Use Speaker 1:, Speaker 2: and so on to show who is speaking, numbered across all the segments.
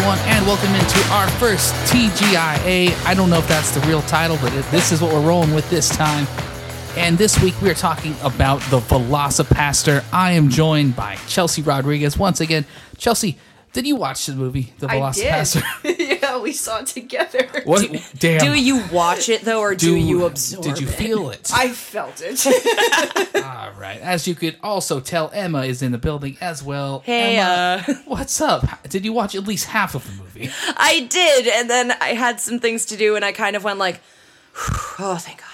Speaker 1: welcome into our first TGIA. I don't know if that's the real title, but it- this is what we're rolling with this time. And this week we are talking about the Velocipaster. I am joined by Chelsea Rodriguez once again. Chelsea, did you watch the movie The
Speaker 2: I
Speaker 1: Velocipaster?
Speaker 2: did. yeah, we saw it together.
Speaker 1: What? Damn.
Speaker 3: Do you watch it though, or do, you absorb?
Speaker 1: Did you
Speaker 3: it?
Speaker 1: feel it?
Speaker 2: I felt it.
Speaker 1: All right. As you could also tell, Emma is in the building as well.
Speaker 3: Hey, uh.
Speaker 1: Emma, what's up? Did you watch at least half of the movie?
Speaker 3: I did, and then I had some things to do, and I kind of went like, "Oh, thank God."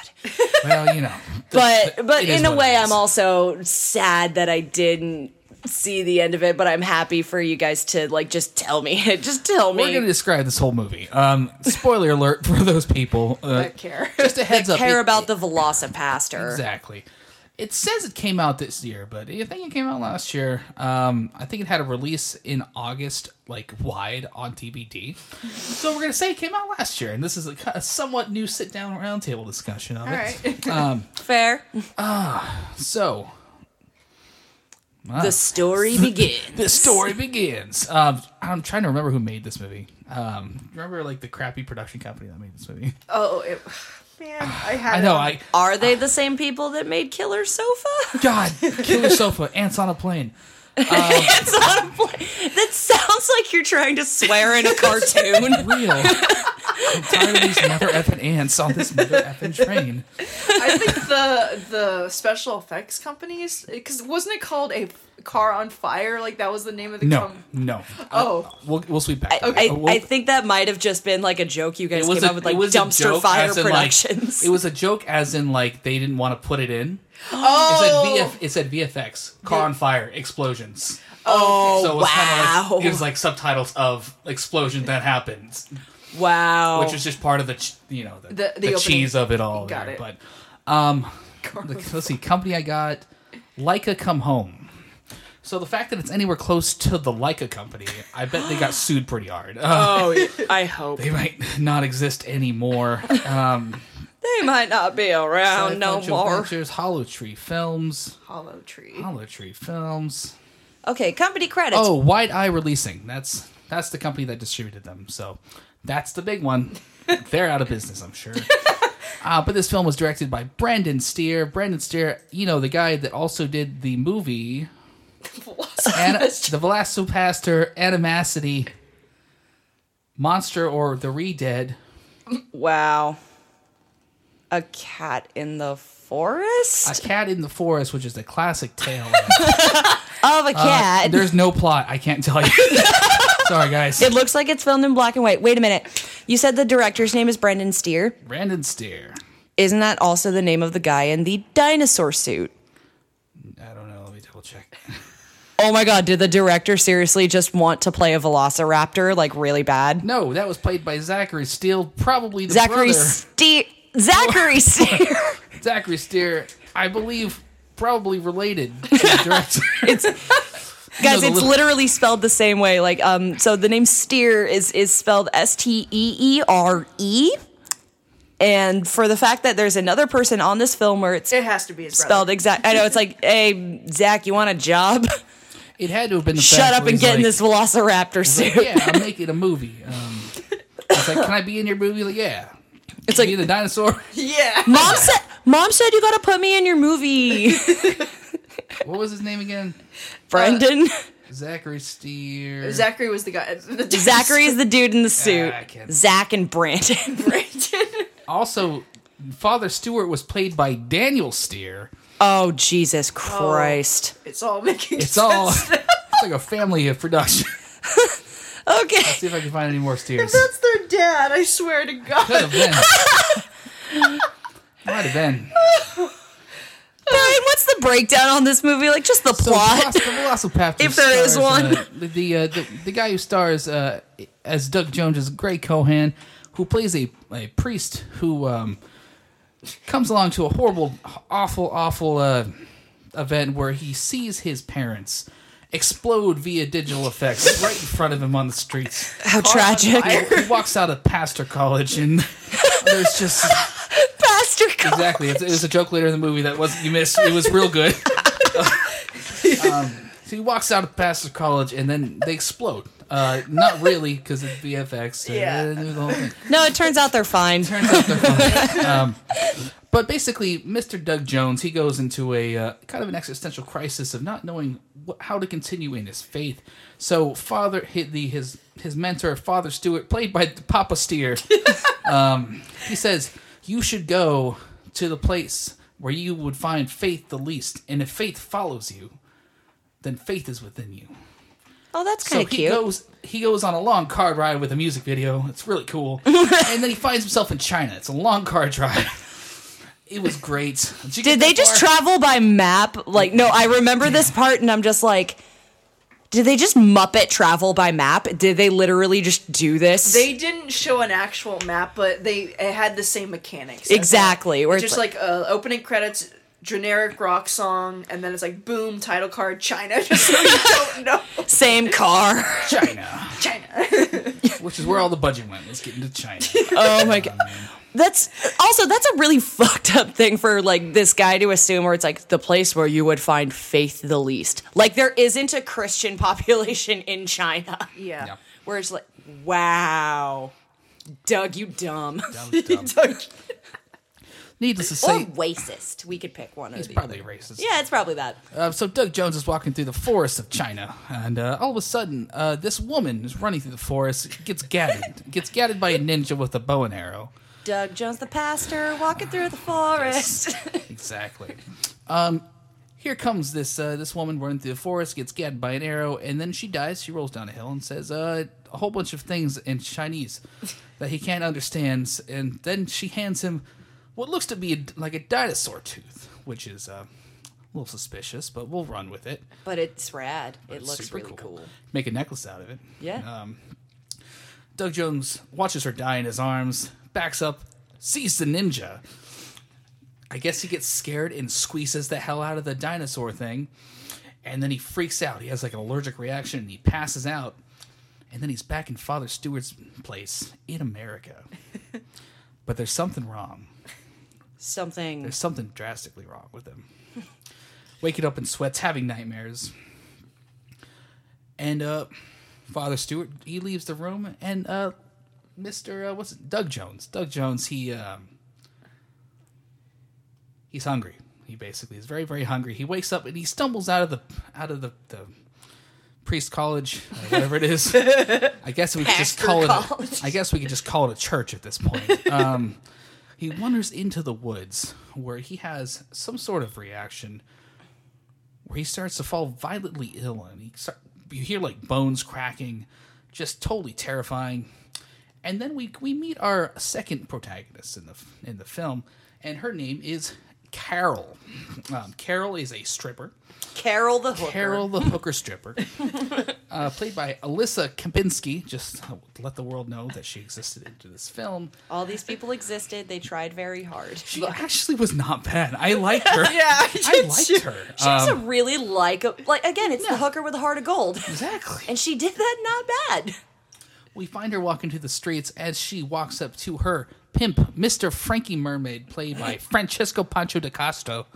Speaker 1: Well, you know.
Speaker 3: But but
Speaker 1: It is
Speaker 3: in a
Speaker 1: what it
Speaker 3: way,
Speaker 1: is.
Speaker 3: I'm also sad that I didn't see the end of it. But I'm happy for you guys to like just tell me, just tell me.
Speaker 1: We're going to describe this whole movie. Um, spoiler alert for those people. Uh,
Speaker 2: I care.
Speaker 1: Just a heads up.
Speaker 3: care
Speaker 1: it-
Speaker 3: about the Velocipaster.
Speaker 1: Exactly. It says it came out this year, but I think it came out last year. Um, I think it had a release in August, like wide on DVD. So we're gonna say it came out last year, and this is a, a somewhat new sit-down roundtable discussion of it.
Speaker 2: right.
Speaker 3: Fair.
Speaker 1: So
Speaker 3: The story begins.
Speaker 1: the story begins. Um, I'm trying to remember who made this movie. Um, remember like the crappy production company that made this movie.
Speaker 2: oh, it, man, I had.
Speaker 1: I know. I
Speaker 2: it.
Speaker 3: Are they the same people that made Killer Sofa?
Speaker 1: God, Killer Sofa, Ants on a Plane. Um,
Speaker 3: It's not a play. That sounds like you're trying to swear in a cartoon.
Speaker 1: Real. I'm tired of these mother effing ants on this mother effing train.
Speaker 2: I think the the special effects companies because wasn't it called a car on fire? Like that was the name of the
Speaker 1: No,
Speaker 2: com-
Speaker 1: no.
Speaker 2: Oh.
Speaker 1: Uh, we'll we'll sweep back. to that.
Speaker 3: Um, I,
Speaker 1: Uh, we'll-
Speaker 3: I think that might have just been like a joke you guys came up with, like
Speaker 1: a
Speaker 3: dumpster
Speaker 1: joke
Speaker 3: fire
Speaker 1: as in, like-
Speaker 3: productions.
Speaker 1: it was a joke as in like they didn't want to put it in.
Speaker 2: Oh,
Speaker 1: It said, VF, it said VFX, car on fire, explosions.
Speaker 3: oh
Speaker 1: So it was kind of
Speaker 3: wow,
Speaker 1: like, it was like subtitles of explosion that happens,
Speaker 3: wow.
Speaker 1: which is just part of the ch- you know the,
Speaker 2: The- the
Speaker 1: the
Speaker 2: opening.
Speaker 1: cheese of it all.
Speaker 2: Got
Speaker 1: there.
Speaker 2: it.
Speaker 1: But um, the- let's see, company I got Leica Come Home. So the fact that it's anywhere close to the Leica company, I bet they got sued pretty hard. Uh,
Speaker 3: oh, I hope
Speaker 1: they might not exist anymore. Um,
Speaker 3: they might not be around Oh, no
Speaker 1: Sci-Fi Joe
Speaker 3: more.
Speaker 1: Ventures, Hollow Tree Films,
Speaker 2: hollow tree.
Speaker 1: Hollow Tree Films.
Speaker 3: Okay, company credits.
Speaker 1: Oh, Wide Eye Releasing. That's that's the company that distributed them. So that's the big one. They're out of business, I'm sure. Uh, but this film was directed by Brandon Steer. Brandon Steer, you know, the guy that also did the movie Ana- The Velocipaster, Animacity, Monster or The Redead.
Speaker 3: Wow, a cat in the forest
Speaker 1: A Cat in the Forest, which is a classic tale.
Speaker 3: of a cat.
Speaker 1: uh, There's no plot. I can't tell you. Sorry, guys.
Speaker 3: it looks like it's filmed in black and white. Wait a minute. You said the director's name is Brendan Steer.
Speaker 1: Brandon Steer.
Speaker 3: Isn't that also the name of the guy in the dinosaur suit?
Speaker 1: I don't know. Let me double check.
Speaker 3: Oh my god, did the director seriously just want to play a velociraptor like really bad?
Speaker 1: No, that was played by Zachary Steele, probably the
Speaker 3: Zachary
Speaker 1: brother.
Speaker 3: Steer. Zachary Steer.
Speaker 1: Zachary Steele, I believe, probably related to the director.
Speaker 3: Guys,
Speaker 1: the
Speaker 3: it's
Speaker 1: little-
Speaker 3: literally spelled the same way. Like, um, so the name Steer is is spelled S T E E R E. And for the fact that there's another person on this film where it's
Speaker 2: It has to be his brother.
Speaker 3: spelled exact, I know it's like, hey, Zach, you want a job?
Speaker 1: it had to have been the
Speaker 3: Shut
Speaker 1: fact
Speaker 3: up
Speaker 1: where
Speaker 3: and
Speaker 1: he's
Speaker 3: get in
Speaker 1: like,
Speaker 3: this velociraptor suit.
Speaker 1: Yeah, I'm making a movie. Um, it's like, can I be in your movie? Like, yeah.
Speaker 3: It's
Speaker 1: Be
Speaker 3: like,
Speaker 1: the dinosaur.
Speaker 2: Yeah.
Speaker 3: mom said, mom said you gotta put me in your movie,
Speaker 1: What was his name again?
Speaker 3: Brendan.
Speaker 1: Uh, Zachary Steele.
Speaker 2: Zachary was the guy. The
Speaker 3: Zachary is the dude in the suit.
Speaker 1: I can't-
Speaker 3: Zach and Brandon.
Speaker 2: Brandon.
Speaker 1: also, Father Stewart was played by Daniel Steer.
Speaker 3: oh Jesus Christ.
Speaker 2: It's all making.
Speaker 1: It's all. it's like a family of production.
Speaker 3: Okay.
Speaker 1: See if I can find any more Steers.
Speaker 2: That's their dad. I swear to
Speaker 1: Could
Speaker 2: God.
Speaker 1: have been. Might have been.
Speaker 3: Brian, what's the breakdown on this movie? Like just the
Speaker 1: So
Speaker 3: plot.
Speaker 1: The Veloc- the Velocipaptor
Speaker 3: If there is
Speaker 1: stars,
Speaker 3: one.
Speaker 1: uh, the, the, uh, the the guy who stars uh, as Doug Jones is Gray Cohan, who plays a, a priest who um, comes along to a horrible, awful, awful uh, event where he sees his parents explode via digital effects right in front of him on the streets.
Speaker 3: How tragic.
Speaker 1: He walks out of Pastor College and there's just
Speaker 3: Pastor Col-
Speaker 1: exactly. It's, it was a joke later in the movie that was you missed. It was real good. um, So he walks out past the college, and then they explode. Uh, not really, because of VFX.
Speaker 2: Yeah.
Speaker 1: Uh, the whole thing.
Speaker 3: No, it turns out they're fine.
Speaker 1: Turns out they're fine. um, but basically, Mr. Doug Jones, he goes into a uh, kind of an existential crisis of not knowing wh- how to continue in his faith. So, Father, his, the, his his mentor, Father Stewart, played by Papa Steer, um, he says, "You should go to the place where you would find faith the least, and if faith follows you, then faith is within you."
Speaker 3: Oh, that's
Speaker 1: So
Speaker 3: kind of
Speaker 1: he
Speaker 3: cute.
Speaker 1: goes he goes on a long car ride with a music video. It's really cool. and then he finds himself in China. It's a long car drive. It was great. you get
Speaker 3: Did they
Speaker 1: that
Speaker 3: just
Speaker 1: far?
Speaker 3: travel by map? Like, no, I remember this part, and I'm just like, did they just Muppet travel by map? Did they literally just do this?
Speaker 2: They didn't show an actual map, but they it had the same mechanics.
Speaker 3: Exactly, where
Speaker 2: Where
Speaker 3: it's
Speaker 2: just like, uh, opening credits, generic rock song, and then it's like boom, title card, China. Just so you don't know
Speaker 3: same car.
Speaker 1: China,
Speaker 2: China.
Speaker 1: which is where all the budget went. Let's get into China.
Speaker 3: oh my god. That's also that's a really fucked up thing for like this guy to assume where it's like the place where you would find faith the least. Like there isn't a Christian population in China.
Speaker 2: Yeah.
Speaker 1: Yeah.
Speaker 3: Where it's like, wow. Doug, you dumb.
Speaker 1: That was dumb. Needless to
Speaker 3: Or
Speaker 1: say,
Speaker 3: racist. We could pick one of
Speaker 1: he's
Speaker 3: these.
Speaker 1: probably racist.
Speaker 3: Oh, Yeah, it's probably that.
Speaker 1: Uh, so Doug Jones is walking through the forest of China, and uh, all of a sudden, uh, this woman is running through the forest, gets gadded, gets gadded by a ninja with a bow and arrow.
Speaker 3: Doug Jones the pastor walking through the forest.
Speaker 1: Exactly. Um, here comes this uh, this woman running through the forest, gets gagged by an arrow, and then she dies. She rolls down a hill and says uh, a whole bunch of things in Chinese that he can't understand. And then she hands him what looks to be a, like a dinosaur tooth, which is uh, a little suspicious, but we'll run with it.
Speaker 3: but it's rad. It
Speaker 1: It's
Speaker 3: looks
Speaker 1: super
Speaker 3: really cool.
Speaker 1: Make a necklace out of it.
Speaker 3: Yeah.
Speaker 1: Um, Doug Jones watches her die in his arms, backs up, sees the ninja. I guess he gets scared and squeezes the hell out of the dinosaur thing. And then he freaks out. He has like an allergic reaction and he passes out. And then he's back in Father Stewart's place in America. but there's something wrong.
Speaker 3: Something
Speaker 1: There's something drastically wrong with him. Waking up in sweats, having nightmares. And uh, Father Stewart, he leaves the room, and uh, Mr. Uh, what's it? Doug Jones. Doug Jones, he um, he's hungry. He basically is very, very hungry. He wakes up and he stumbles out of the out of the, the priest college, uh, whatever it is. I guess we could just
Speaker 3: Pastor
Speaker 1: call it.
Speaker 3: college.
Speaker 1: A, I guess we could just call it a church at this point. Um, he wanders into the woods where he has some sort of reaction where he starts to fall violently ill and he start, you hear like bones cracking just totally terrifying and then we we meet our second protagonist in the f- in the film and her name is Carol um, Carol is a stripper
Speaker 3: Carol the Hooker.
Speaker 1: Carol the hooker stripper uh, played by Alyssa Kempinski just to let the world know that she existed into this film
Speaker 3: All these people existed. They tried very hard.
Speaker 1: she actually was not bad I liked her
Speaker 2: Yeah,
Speaker 1: I liked her Um,
Speaker 3: She was a really like like again, it's the hooker with a heart of gold.
Speaker 1: exactly
Speaker 3: And she did that not bad.
Speaker 1: We find her walking through the streets as she walks up to her pimp, Mr. Frankie Mermaid, played by Francesco Pancho de Castro.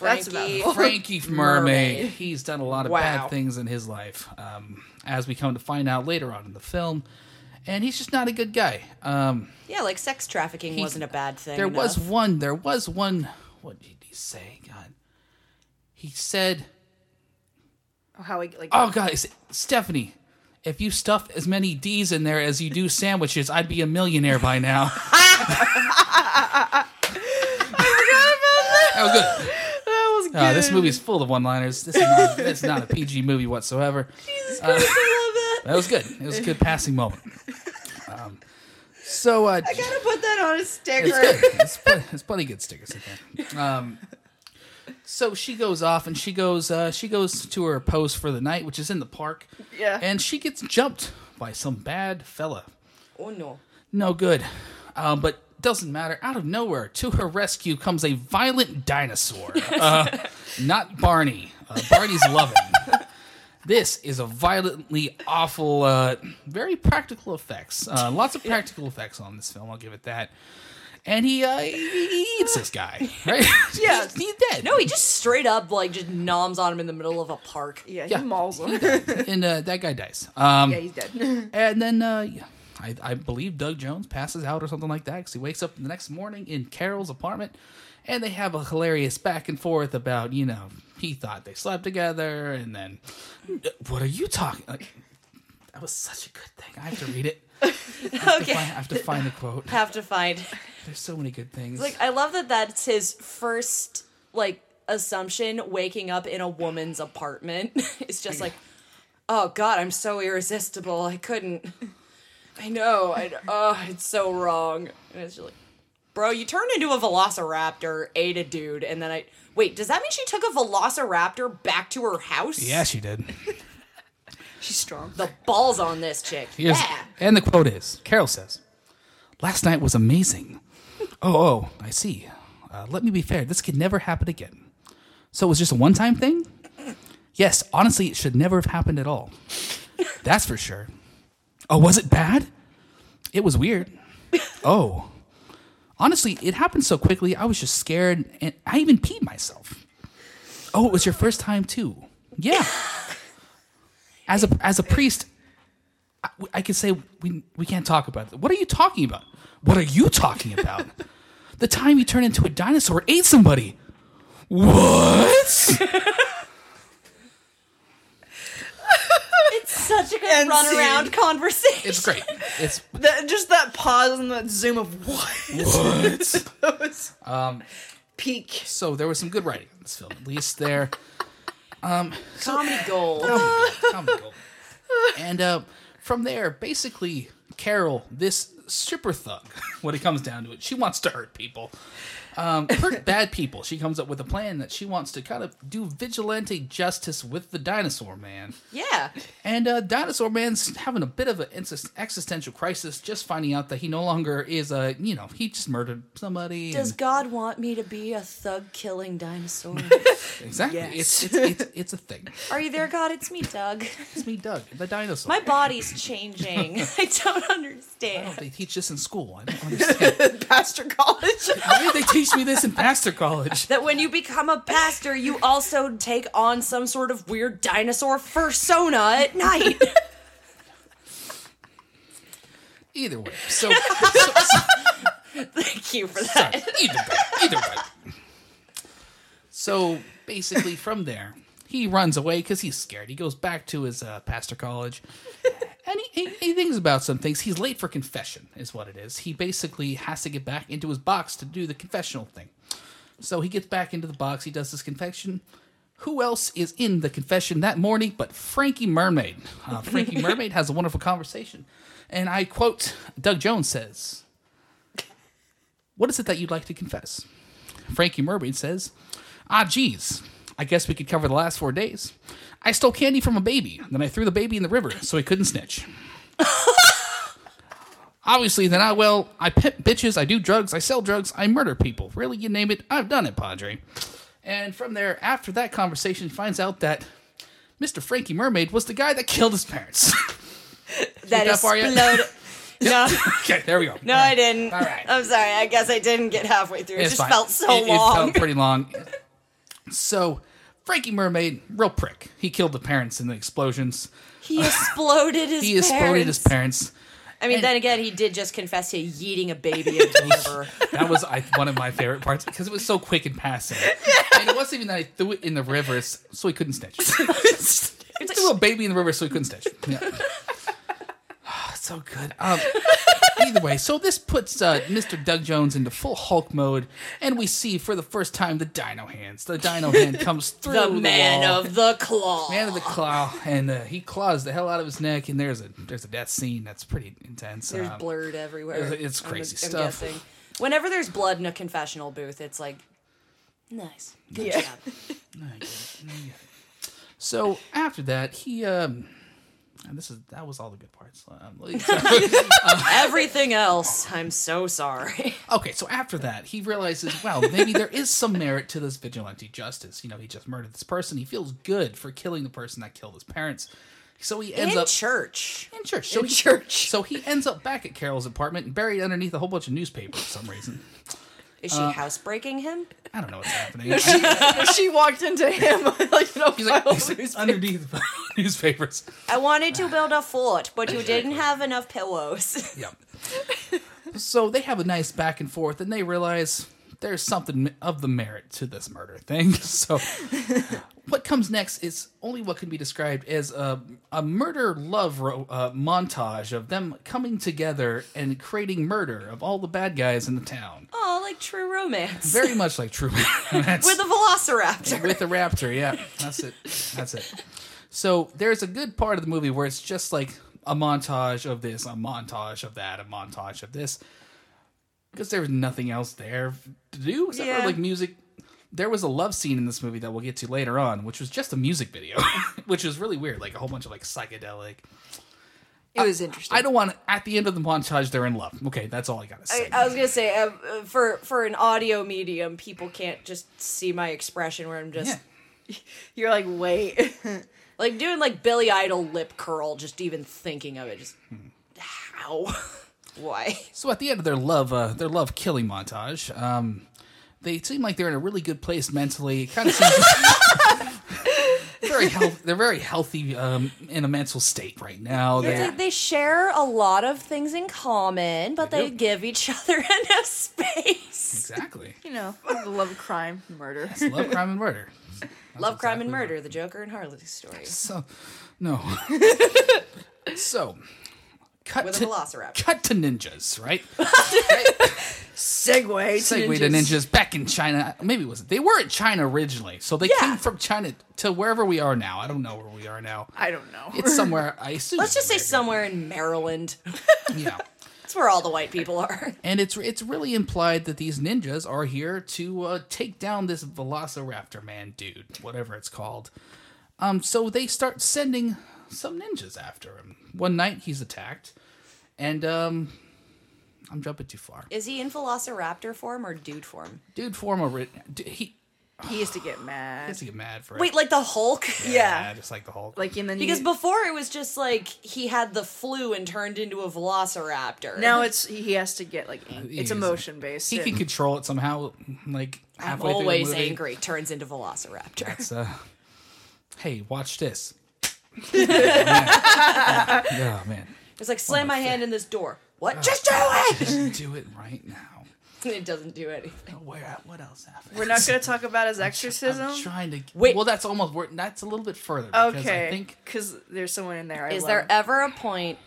Speaker 2: That's
Speaker 3: Frankie.
Speaker 2: about
Speaker 1: Frankie Mermaid.
Speaker 3: Mermaid.
Speaker 1: He's done a lot of
Speaker 3: Wow.
Speaker 1: bad things in his life, um, as we come to find out later on in the film. And he's just not a good guy. Um,
Speaker 3: Yeah, like sex trafficking
Speaker 1: he-
Speaker 3: wasn't a bad thing.
Speaker 1: There was
Speaker 3: enough.
Speaker 1: one. There was one. What did he say? God, he said.
Speaker 2: how I like.
Speaker 1: Oh God, it's- Stephanie, if you stuffed as many D's in there as you do sandwiches, I'd be a millionaire by now. I forgot about that. Oh, good.
Speaker 2: that was good.
Speaker 1: Uh, this movie is full of one-liners. This is not, it's not a PG movie whatsoever.
Speaker 3: I love it.
Speaker 1: That was good. It was a good passing moment. Um, so uh,
Speaker 2: I gotta put that on a
Speaker 1: it's
Speaker 2: sticker.
Speaker 1: good. It's, pl- it's plenty good stickers in there. Um, so she goes off and she goes uh, she goes to her post for the night, which is in the park.
Speaker 2: Yeah.
Speaker 1: And she gets jumped by some bad fella.
Speaker 3: Oh no.
Speaker 1: No good. Um, but doesn't matter. Out of nowhere, to her rescue comes a violent dinosaur. Uh, not Barney. Uh, Barney's loving. This is a violently awful, uh, very practical effects. Uh, lots of practical effects on this film. I'll give it that. and he uh, he he eats this guy, right?
Speaker 2: Yeah.
Speaker 1: he, he did.
Speaker 3: No, he just straight up like just noms on him in the middle of a park.
Speaker 2: Yeah, he
Speaker 1: Yeah.
Speaker 2: mauls him.
Speaker 1: and uh, that guy dies. Um,
Speaker 2: yeah, he's dead.
Speaker 1: And then uh, yeah, I, I believe Doug Jones passes out or something like that because he wakes up the next morning in Carol's apartment and they have a hilarious back and forth about, you know, he thought they slept together and then, what are you talking? Like, that was such a good thing. I have to read it. I
Speaker 3: Okay.
Speaker 1: have to find the quote.
Speaker 3: Have to find.
Speaker 1: There's so many good things.
Speaker 3: Like I love that that's his first like assumption waking up in a woman's apartment. it's just like oh god, I'm so irresistible. I couldn't I know. I oh, it's so wrong. And it's just like Bro, you turned into a velociraptor, ate a dude, and then I wait, does that mean she took a velociraptor back to her house?
Speaker 1: yeah, she did.
Speaker 2: She's strong.
Speaker 3: The balls on this chick.
Speaker 1: Here's-
Speaker 3: yeah.
Speaker 1: And the quote is Carol says, Last night was amazing. Oh, oh, I see. Uh, let me be fair. This could never happen again. So it was just a one time thing? Yes, honestly, it should never have happened at all. That's for sure. Oh, was it bad? It was weird. Oh. Honestly, it happened so quickly, I was just scared and I even peed myself. Oh, it was your first time too. Yeah. As a as a priest, I- I could say we we can't talk about it. What are you talking about? What are you talking about? the time you turned into a dinosaur ate somebody. What?
Speaker 3: It's such a good
Speaker 2: And
Speaker 3: runaround
Speaker 2: scene.
Speaker 3: conversation.
Speaker 1: it's great. It's
Speaker 2: That, just that pause and that zoom of what?
Speaker 1: what?
Speaker 2: That was peak.
Speaker 1: so there was some good writing in this film, at least there.
Speaker 3: Comedy gold.
Speaker 1: Comedy gold. And uh, from there, basically, Carol, this stripper thug, when it comes down to it, she wants to hurt people. Um, hurt bad people. She comes up with a plan that she wants to kind of do vigilante justice with the dinosaur man.
Speaker 3: Yeah.
Speaker 1: And uh, Dinosaur Man's having a bit of an exis- existential crisis, just finding out that he no longer is a, you know, he just murdered somebody.
Speaker 3: Does
Speaker 1: and-
Speaker 3: God want me to be a thug killing dinosaur?
Speaker 1: exactly. It's,
Speaker 2: Yes.
Speaker 1: it's, it's, it's a thing.
Speaker 3: Are you there, God? It's me, Doug.
Speaker 1: It's me, Doug, the dinosaur.
Speaker 3: My body's changing. I don't
Speaker 1: I don't-
Speaker 3: understand.
Speaker 1: they teach this in school. I don't understand.
Speaker 2: Pastor college.
Speaker 1: Why did they teach me this in pastor college?
Speaker 3: That when you become a pastor, you also take on some sort of weird dinosaur fursona at night.
Speaker 1: Either way. So, so- so-
Speaker 3: Thank you for that.
Speaker 1: sorry. Either way. Either way. So basically, from there, he runs away because he's scared. He goes back to his uh, pastor college, and he, he, he thinks about some things. He's late for confession, is what it is. He basically has to get back into his box to do the confessional thing. So he gets back into the box. He does his confession. Who else is in the confession that morning but Frankie Mermaid? Uh, Frankie Mermaid has a wonderful conversation, and I quote: Doug Jones says. What is it that you'd like to confess? Frankie Mermaid says, Ah, geez. I guess we could cover the last four days. I stole candy from a baby, then I threw the baby in the river so he couldn't snitch. Obviously, then I well, I pimp bitches, I do drugs, I sell drugs, I murder people. Really, you name it, I've done it, Padre. And from there, after that conversation, he finds out that Mr. Frankie Mermaid was the guy that killed his parents.
Speaker 3: That
Speaker 1: that far yet?
Speaker 3: exploded. No,
Speaker 1: okay, there we go.
Speaker 3: no, I didn't.
Speaker 1: All right.
Speaker 3: I'm sorry. I guess I didn't get halfway through. It
Speaker 1: It's
Speaker 3: just
Speaker 1: fine.
Speaker 3: felt so
Speaker 1: It-
Speaker 3: long.
Speaker 1: It felt pretty long. So, Frankie Mermaid, real prick. He killed the parents in the explosions.
Speaker 3: he exploded his
Speaker 1: He exploded his parents.
Speaker 3: I mean,
Speaker 1: And-
Speaker 3: then again, he did just confess to yeeting a baby into the river.
Speaker 1: That was I, one of my favorite parts because it was so quick and passing. And it wasn't even that I threw it in the river s- so he couldn't snitch. I threw a baby in the river so he couldn't snitch. Yeah. so good. Um, either way, so this puts uh, Mr. Doug Jones into full Hulk mode, and we see for the first time the Dino Hands. The Dino Hand comes through
Speaker 3: The
Speaker 1: the,
Speaker 3: man
Speaker 1: wall.
Speaker 3: of the claw.
Speaker 1: Man of the claw, and uh, he claws the hell out of his neck, and there's a there's a death scene that's pretty intense.
Speaker 3: There's
Speaker 1: Um,
Speaker 3: blurred everywhere.
Speaker 1: it's- it's
Speaker 3: I'm-
Speaker 1: crazy
Speaker 3: I'm
Speaker 1: stuff.
Speaker 3: guessing. Whenever there's blood in a confessional booth, it's like, nice. Good
Speaker 2: Yeah.
Speaker 3: job.
Speaker 1: So after that, he um, and this is that was all the good parts. Um,
Speaker 3: Everything else, I'm so sorry.
Speaker 1: okay, so after that, he realizes, well, maybe there is some merit to this vigilante justice. You know, he just murdered this person. He feels good for killing the person that killed his parents. So he ends
Speaker 3: in
Speaker 1: up
Speaker 3: church.
Speaker 1: in church. So
Speaker 3: in
Speaker 1: he,
Speaker 3: church.
Speaker 1: So he ends up back at Carol's apartment and buried underneath a whole bunch of newspapers for some reason.
Speaker 3: Is she housebreaking him?
Speaker 1: I don't know what's happening.
Speaker 2: she walked into him like you know
Speaker 1: He's like
Speaker 2: file
Speaker 1: he's
Speaker 2: newspaper.
Speaker 1: underneath the newspapers.
Speaker 3: I wanted to build a fort, but you didn't have enough pillows.
Speaker 1: Yep. so they have a nice back and forth, and they realize there's something of the merit to this murder thing. So what comes next is only what can be described as a, a murder love ro- uh, montage of them coming together and creating murder of all the bad guys in the town.
Speaker 3: Oh, like true romance.
Speaker 1: Very much like True Romance.
Speaker 3: With a velociraptor.
Speaker 1: with the raptor yeah that's it that's it so there's a good part of the movie where it's just like a montage of this a montage of that a montage of this because there was nothing else there to do except
Speaker 3: Yeah.
Speaker 1: for like music there was a love scene in this movie that we'll get to later on which was just a music video which was really weird like a whole bunch of like psychedelic
Speaker 2: It was interesting.
Speaker 1: i don't want at the end of the montage they're in love okay that's all i gotta say
Speaker 3: I, I was gonna say uh, uh, for for an audio medium, people can't just see my expression where I'm just
Speaker 1: yeah.
Speaker 2: You're like, wait.
Speaker 3: like doing like Billy Idol lip curl. Just even thinking of it, just how, why?
Speaker 1: So at the end of their love, uh, their love killing montage, um, they seem like they're in a really good place mentally. It kind of seems very health- they're very healthy um, in a mental state right now.
Speaker 3: It's
Speaker 1: They're-
Speaker 3: like they share a lot of things in common, but
Speaker 1: They
Speaker 3: they
Speaker 1: do.
Speaker 3: give each other enough space.
Speaker 1: exactly.
Speaker 2: You know, the love of crime, murder.
Speaker 1: Love, crime, and murder.
Speaker 3: Love, crime,
Speaker 1: exactly
Speaker 3: and murder. The Joker and Harley story
Speaker 1: So, no. so, cut
Speaker 3: with a
Speaker 1: to
Speaker 3: velociraptor.
Speaker 1: cut to ninjas, right?
Speaker 2: Segway.
Speaker 1: Segue to ninjas back in China. Maybe it wasn't. They were in China originally, so they
Speaker 3: Yeah.
Speaker 1: came from China to wherever we are now. I don't know where we are now.
Speaker 2: I don't know.
Speaker 1: It's somewhere. I assume.
Speaker 3: Let's just say
Speaker 1: America.
Speaker 3: somewhere in Maryland.
Speaker 1: Yeah.
Speaker 3: That's where all the white people are.
Speaker 1: And it's it's really implied that these ninjas are here to uh, take down this Velociraptor man dude, whatever it's called. Um, so they start sending some ninjas after him. One night he's attacked, and um, I'm jumping too far.
Speaker 3: Is he in Velociraptor form or dude form?
Speaker 1: Dude, form a ri- d- he
Speaker 2: he used to get mad.
Speaker 1: has to get mad for it.
Speaker 3: Wait, like the Hulk?
Speaker 2: yeah.
Speaker 1: just like the Hulk.
Speaker 2: Like in the
Speaker 3: Because before it was just like he had the flu and turned into a Velociraptor.
Speaker 2: now it's he has to get like ang-
Speaker 1: He's-
Speaker 2: it's emotion based.
Speaker 1: he can control it somehow. Like
Speaker 3: I'm
Speaker 1: halfway
Speaker 3: always
Speaker 1: through the movie.
Speaker 3: angry. Turns into Velociraptor.
Speaker 1: It's, uh, hey, watch this. oh man. Oh, man.
Speaker 3: It's like slam my hand in this door. What? Just do it.
Speaker 1: Just do it right now.
Speaker 3: it doesn't do anything.
Speaker 1: Where? What else happened?
Speaker 2: We're not going to talk about his exorcism.
Speaker 1: I'm trying to
Speaker 3: Wait.
Speaker 1: Well, that's almost. We're, that's a little bit further. Because
Speaker 2: okay.
Speaker 1: I think
Speaker 2: cuz there's someone in there I
Speaker 3: Is
Speaker 2: love.
Speaker 3: there ever a point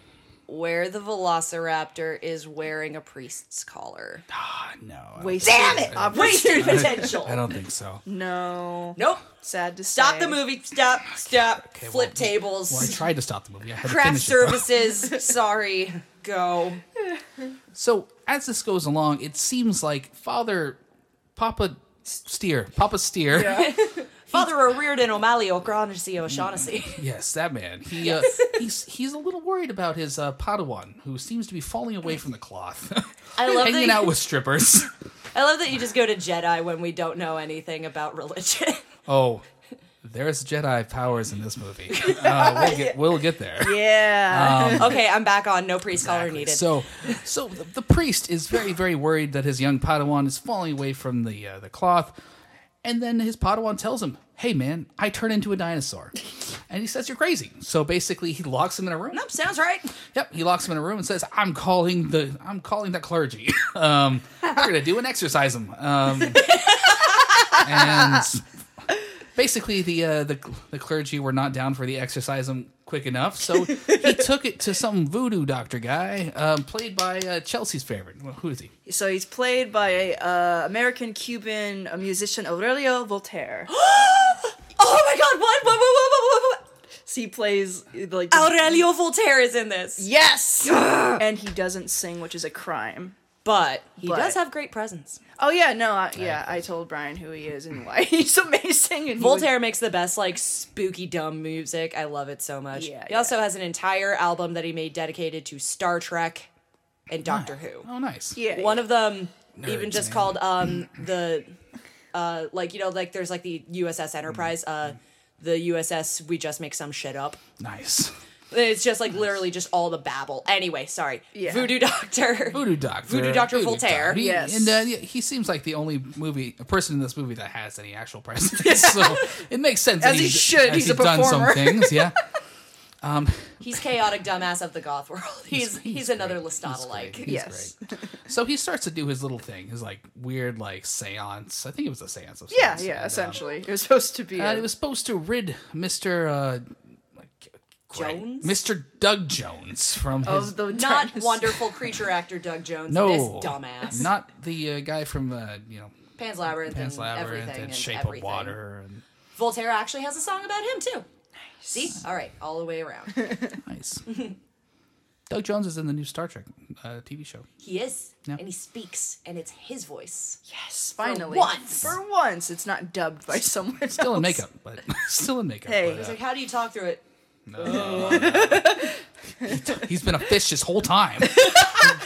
Speaker 3: where the Velociraptor is wearing a priest's collar?
Speaker 1: ah no.
Speaker 2: Wasted
Speaker 3: Damn it! Wasted
Speaker 2: opportunity.
Speaker 1: I
Speaker 3: potential.
Speaker 1: don't think so.
Speaker 2: No.
Speaker 3: Nope.
Speaker 2: Sad to
Speaker 3: Stop
Speaker 2: say.
Speaker 3: the movie. Stop. Stop.
Speaker 1: Okay,
Speaker 3: Flip
Speaker 1: well,
Speaker 3: tables.
Speaker 1: Well, I tried to stop the movie. I had
Speaker 3: Craft
Speaker 1: to finish it, though.
Speaker 3: services. Sorry. Go.
Speaker 1: So as this goes along, it seems like Father Papa Steer, Papa Steer.
Speaker 3: Father O'Riordan O'Malley O'Shaughnessy O'Shaughnessy.
Speaker 1: Yes, that man. He uh, he's he's a little worried about his uh, Padawan, who seems to be falling away from the cloth,
Speaker 3: I love that.
Speaker 1: hanging
Speaker 3: You,
Speaker 1: out with strippers.
Speaker 3: I love that you just go to Jedi when we don't know anything about religion.
Speaker 1: Oh, there's Jedi powers in this movie. Uh, we'll, get, we'll get there.
Speaker 2: Yeah.
Speaker 3: okay, I'm back on. No priest collar needed.
Speaker 1: So, so the, the priest is very, very worried that his young Padawan is falling away from the uh, the cloth, and then his Padawan tells him, "Hey, man, I turn into a dinosaur," and he says, "You're crazy." So basically, he locks him in a room.
Speaker 3: Nope, sounds right.
Speaker 1: Yep, he locks him in a room and says, "I'm calling the I'm calling the clergy. um, we're gonna do an exorcism." Um, and basically, the uh, the the clergy were not down for the exorcism quick enough, so he took it to some voodoo doctor guy, um, played by uh, Chelsea's favorite. Well, who is he?
Speaker 2: So he's played by a uh, American Cuban uh, musician Aurelio Voltaire.
Speaker 3: Oh my god, what? What? What? What? What? what,
Speaker 2: so he plays like
Speaker 3: what? Aurelio Voltaire is in this.
Speaker 2: Yes. and he doesn't sing, which is a crime.
Speaker 3: But he
Speaker 2: But-
Speaker 3: does have great presence.
Speaker 2: Oh yeah, no, I, yeah, I told Brian who he is and why he's amazing. And he was-
Speaker 3: Voltaire makes the best, like, spooky, dumb music. I love it so much.
Speaker 2: Yeah,
Speaker 3: he also has an entire album that he made dedicated to Star Trek and Doctor Who.
Speaker 1: Oh, nice.
Speaker 2: yeah,
Speaker 3: One of them even
Speaker 1: Nerds,
Speaker 3: just
Speaker 1: man.
Speaker 3: called
Speaker 2: Mm-hmm.
Speaker 3: um the uh like you know like there's like the USS Enterprise uh the USS We Just Make Some Shit Up.
Speaker 1: Nice.
Speaker 3: It's just like literally just all the babble. Anyway, sorry.
Speaker 2: Yeah.
Speaker 3: Voodoo Doctor.
Speaker 1: Voodoo Doctor.
Speaker 3: Voodoo Doctor Voltaire.
Speaker 1: He-
Speaker 2: Yes.
Speaker 1: And uh, yeah, he seems like the only movie person in this movie that has any actual presence. so it makes sense. that
Speaker 2: As he
Speaker 1: he's-
Speaker 2: should, he's a
Speaker 1: done some
Speaker 2: performer.
Speaker 1: things. Yeah.
Speaker 3: He's chaotic dumbass of the goth world. He's he's, another
Speaker 1: great. He's
Speaker 3: Lestat
Speaker 1: great.
Speaker 3: alike.
Speaker 1: He's
Speaker 2: Yes.
Speaker 1: great. so he starts to do his little thing, his like weird like seance. I think it was a seance of
Speaker 2: Yeah,
Speaker 1: sorts, and,
Speaker 2: yeah,
Speaker 1: um,
Speaker 2: essentially. it was supposed to be.
Speaker 1: Uh,
Speaker 2: a-
Speaker 1: it was supposed to rid Mr. Uh, like, Greg-
Speaker 3: Jones?
Speaker 1: Mr. Doug Jones from his
Speaker 2: of the
Speaker 3: Not
Speaker 2: dinosaur-
Speaker 3: wonderful creature actor Doug Jones.
Speaker 1: no
Speaker 3: This dumbass.
Speaker 1: not the uh, guy from uh, you know
Speaker 3: Pan's Labyrinth
Speaker 1: Pan's
Speaker 3: and
Speaker 1: Labyrinth
Speaker 3: everything
Speaker 1: and Shape
Speaker 3: everything.
Speaker 1: of Water and
Speaker 3: Voltaire actually has a song about him too. See? All right, all the way around.
Speaker 1: nice. Doug Jones is in the new Star Trek uh, TV show.
Speaker 3: He is.
Speaker 1: Yeah.
Speaker 3: And he speaks and it's his voice.
Speaker 2: Yes, finally.
Speaker 3: once.
Speaker 2: For once, it's not dubbed by someone else.
Speaker 3: Oh.
Speaker 1: Still in makeup, but still in makeup.
Speaker 2: Hey.
Speaker 1: but,
Speaker 3: It's
Speaker 1: uh,
Speaker 3: like how do you talk through it?
Speaker 1: he's been a fish this whole time.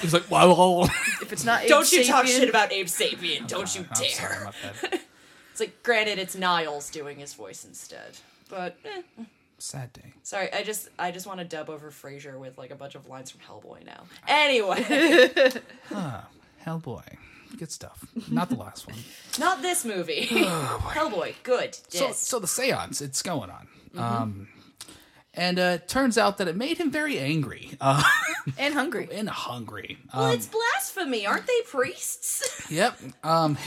Speaker 1: he's like, whoa,
Speaker 2: If it's not
Speaker 3: Don't you
Speaker 2: Abe
Speaker 3: talk
Speaker 2: Sapien-
Speaker 3: shit about Abe Sapien. Don't you
Speaker 1: I'm
Speaker 3: dare.
Speaker 1: sorry, my bad.
Speaker 3: It's like, granted, it's Niles doing his voice instead, but eh.
Speaker 1: Sad day.
Speaker 3: sorry, I just I just want to dub over Frasier with like a bunch of lines from Hellboy now. Anyway,
Speaker 1: Hellboy, good stuff. Not the last one.
Speaker 3: not this movie. Hellboy, good.
Speaker 1: so,
Speaker 3: Yes. Mm-hmm.
Speaker 1: so the seance it's going on um and uh turns out that it made him very angry uh,
Speaker 2: and hungry.
Speaker 1: and hungry
Speaker 3: well,
Speaker 1: um,
Speaker 3: it's blasphemy, aren't they priests?
Speaker 1: yep um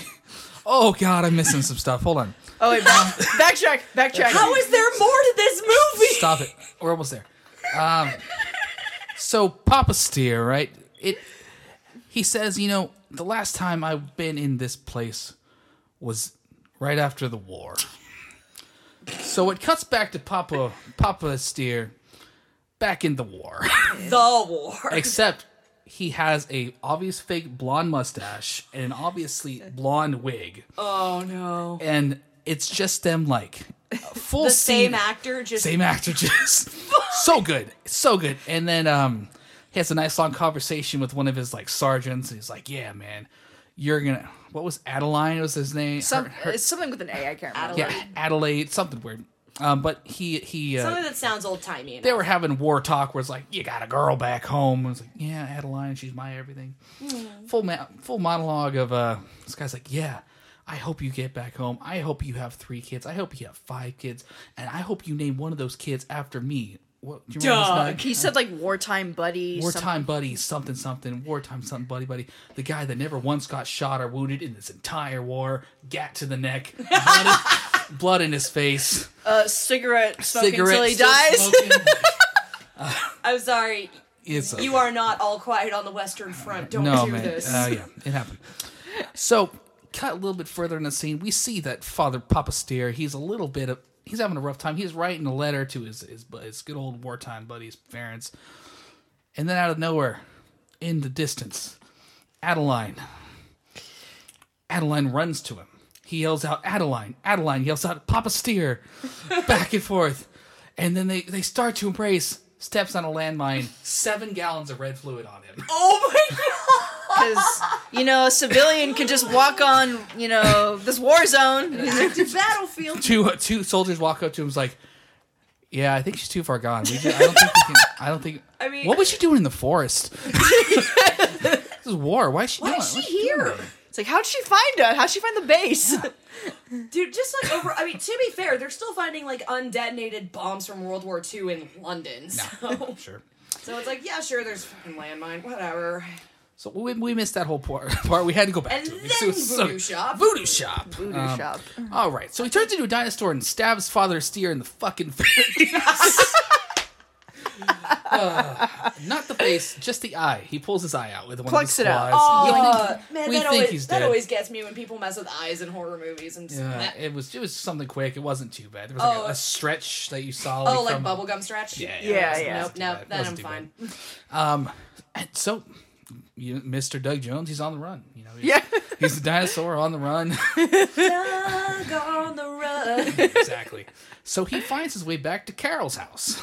Speaker 1: oh god i'm missing some stuff hold on
Speaker 2: Oh wait, back- backtrack, backtrack.
Speaker 3: how is there more to this movie?
Speaker 1: stop it we're almost there um so papa steer right it he says you know the last time i've been in this place was right after the war so it cuts back to papa papa steer back in the war
Speaker 3: The war.
Speaker 1: except he has a obvious fake blonde mustache and an obviously blonde wig
Speaker 3: Oh no.
Speaker 1: and it's just them like full
Speaker 3: The
Speaker 1: scene-
Speaker 3: same actor just
Speaker 1: same actor just so good so good and then um he has a nice long conversation with one of his like sergeants and he's like yeah man you're gonna what was adeline was his name Her-
Speaker 2: Some,
Speaker 1: her-
Speaker 2: it's something with an A. I can't remember.
Speaker 3: Adelaide.
Speaker 1: yeah adelaide something weird um but he he uh,
Speaker 3: something that sounds old timey.
Speaker 1: they were having war talk where it's like, you got a girl back home. And it's like, yeah, Adeline, she's my everything.
Speaker 2: Mm.
Speaker 1: Full ma- full monologue of uh, this guy's like, yeah, I hope you get back home. I hope you have three kids. I hope you have five kids, and I hope you name one of those kids after me. What, do you remember
Speaker 3: Doug.
Speaker 1: his name?
Speaker 2: He said like wartime buddy.
Speaker 1: Wartime buddy, something, something. Wartime, something, buddy, buddy. The guy that never once got shot or wounded in this entire war. Gat to the neck, blood, in- blood in his face.
Speaker 2: some, uh, cigarette smoking
Speaker 1: Cigarette
Speaker 2: till he
Speaker 1: still
Speaker 2: dies.
Speaker 1: smoking.
Speaker 3: I'm sorry.
Speaker 1: It's okay.
Speaker 3: You are not all quiet on the Western Front. Don't
Speaker 1: no,
Speaker 3: do
Speaker 1: man.
Speaker 3: this.
Speaker 1: Uh, yeah, it happened. So, cut a little bit further in the scene, we see that Father Papa Steer, he's a little bit of, he's having a rough time. He's writing a letter to his, his, bu- his good old wartime buddies, parents. And then out of nowhere, in the distance, Adeline. Adeline runs to him. He yells out, Adeline. Adeline yells out, Papa Steer. Back and forth. And then they, they start to embrace. Steps on a landmine, seven gallons of red fluid on him.
Speaker 3: Oh my god!
Speaker 2: Because you know, a civilian can just walk on. You know, this war zone.
Speaker 3: Active battlefield.
Speaker 1: two uh, two soldiers walk up to him. Is like, yeah, I think she's too far gone. We just, I don't think we can. I don't think.
Speaker 3: I mean-
Speaker 1: what was she doing in the forest? this is war. Why is she?
Speaker 3: Why
Speaker 1: doing
Speaker 3: is
Speaker 1: it?
Speaker 3: she
Speaker 1: What's doing
Speaker 3: here?
Speaker 1: there?
Speaker 2: It's like, how'd she find us? How'd she find the base?
Speaker 3: Dude, just like over. I mean, to be fair, they're still finding like undetonated bombs from World War II in London. So,
Speaker 1: Sure.
Speaker 3: so it's like, yeah, sure, there's fucking landmine, whatever.
Speaker 1: So we, we missed that whole part. part. We had to go back
Speaker 3: And
Speaker 1: to it.
Speaker 3: then
Speaker 1: So- so-
Speaker 3: voodoo shop.
Speaker 1: Voodoo shop.
Speaker 2: Voodoo shop.
Speaker 1: All right. So he turns into a dinosaur and stabs Father Steer in the fucking face. Uh, not the face, just the eye. He pulls his eye out with one
Speaker 2: Plucks
Speaker 1: of his
Speaker 2: it out.
Speaker 1: claws.
Speaker 3: Oh, man,
Speaker 1: we
Speaker 3: that,
Speaker 1: think
Speaker 3: always,
Speaker 1: he's
Speaker 3: that
Speaker 1: dead.
Speaker 3: always gets me when people mess with eyes in horror movies. I'm just,
Speaker 1: Yeah,
Speaker 3: that-
Speaker 1: Uh, it was it was something quick. It wasn't too bad. There was like a-
Speaker 3: Oh.
Speaker 1: a, stretch that you saw.
Speaker 3: oh, like
Speaker 1: from-
Speaker 3: bubblegum stretch?
Speaker 1: Yeah, it
Speaker 2: Yeah,
Speaker 1: wasn't- wasn't
Speaker 2: yeah.
Speaker 3: Nope,
Speaker 1: too
Speaker 3: nope,
Speaker 1: bad.
Speaker 3: then I'm
Speaker 1: Wasn't too
Speaker 3: fine.
Speaker 1: bad. And so, you, Mr. Doug Jones, he's on the run. You know, he's,
Speaker 2: Yeah.
Speaker 1: he's a dinosaur on the run.
Speaker 3: Doug on the run.
Speaker 1: exactly. So he finds his way back to Carol's house.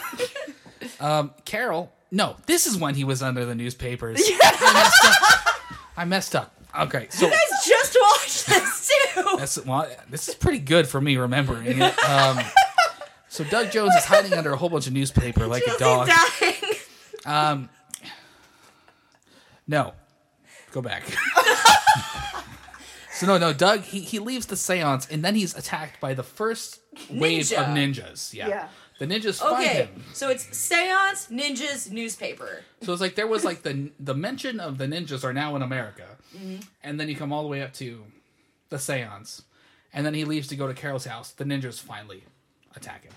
Speaker 1: um, Carol, no, this is when he was under the newspapers. I messed up. I messed up. Okay, so
Speaker 3: Guys, just watched this too.
Speaker 1: That's well. This is pretty good for me remembering it. Um, So Doug Jones is hiding under a whole bunch of newspaper like a dog.
Speaker 3: dying.
Speaker 1: No. Go back. so no, no, Doug, he, he leaves the seance and then he's attacked by the first wave of ninjas. Yeah.
Speaker 2: Yeah.
Speaker 1: The ninjas find
Speaker 3: Okay,
Speaker 1: him.
Speaker 3: so it's seance, ninjas, newspaper.
Speaker 1: So it's like there was like the the mention of the ninjas are now in America. And then you come all the way up to the seance. And then he leaves to go to Carol's house. The ninjas finally attack him.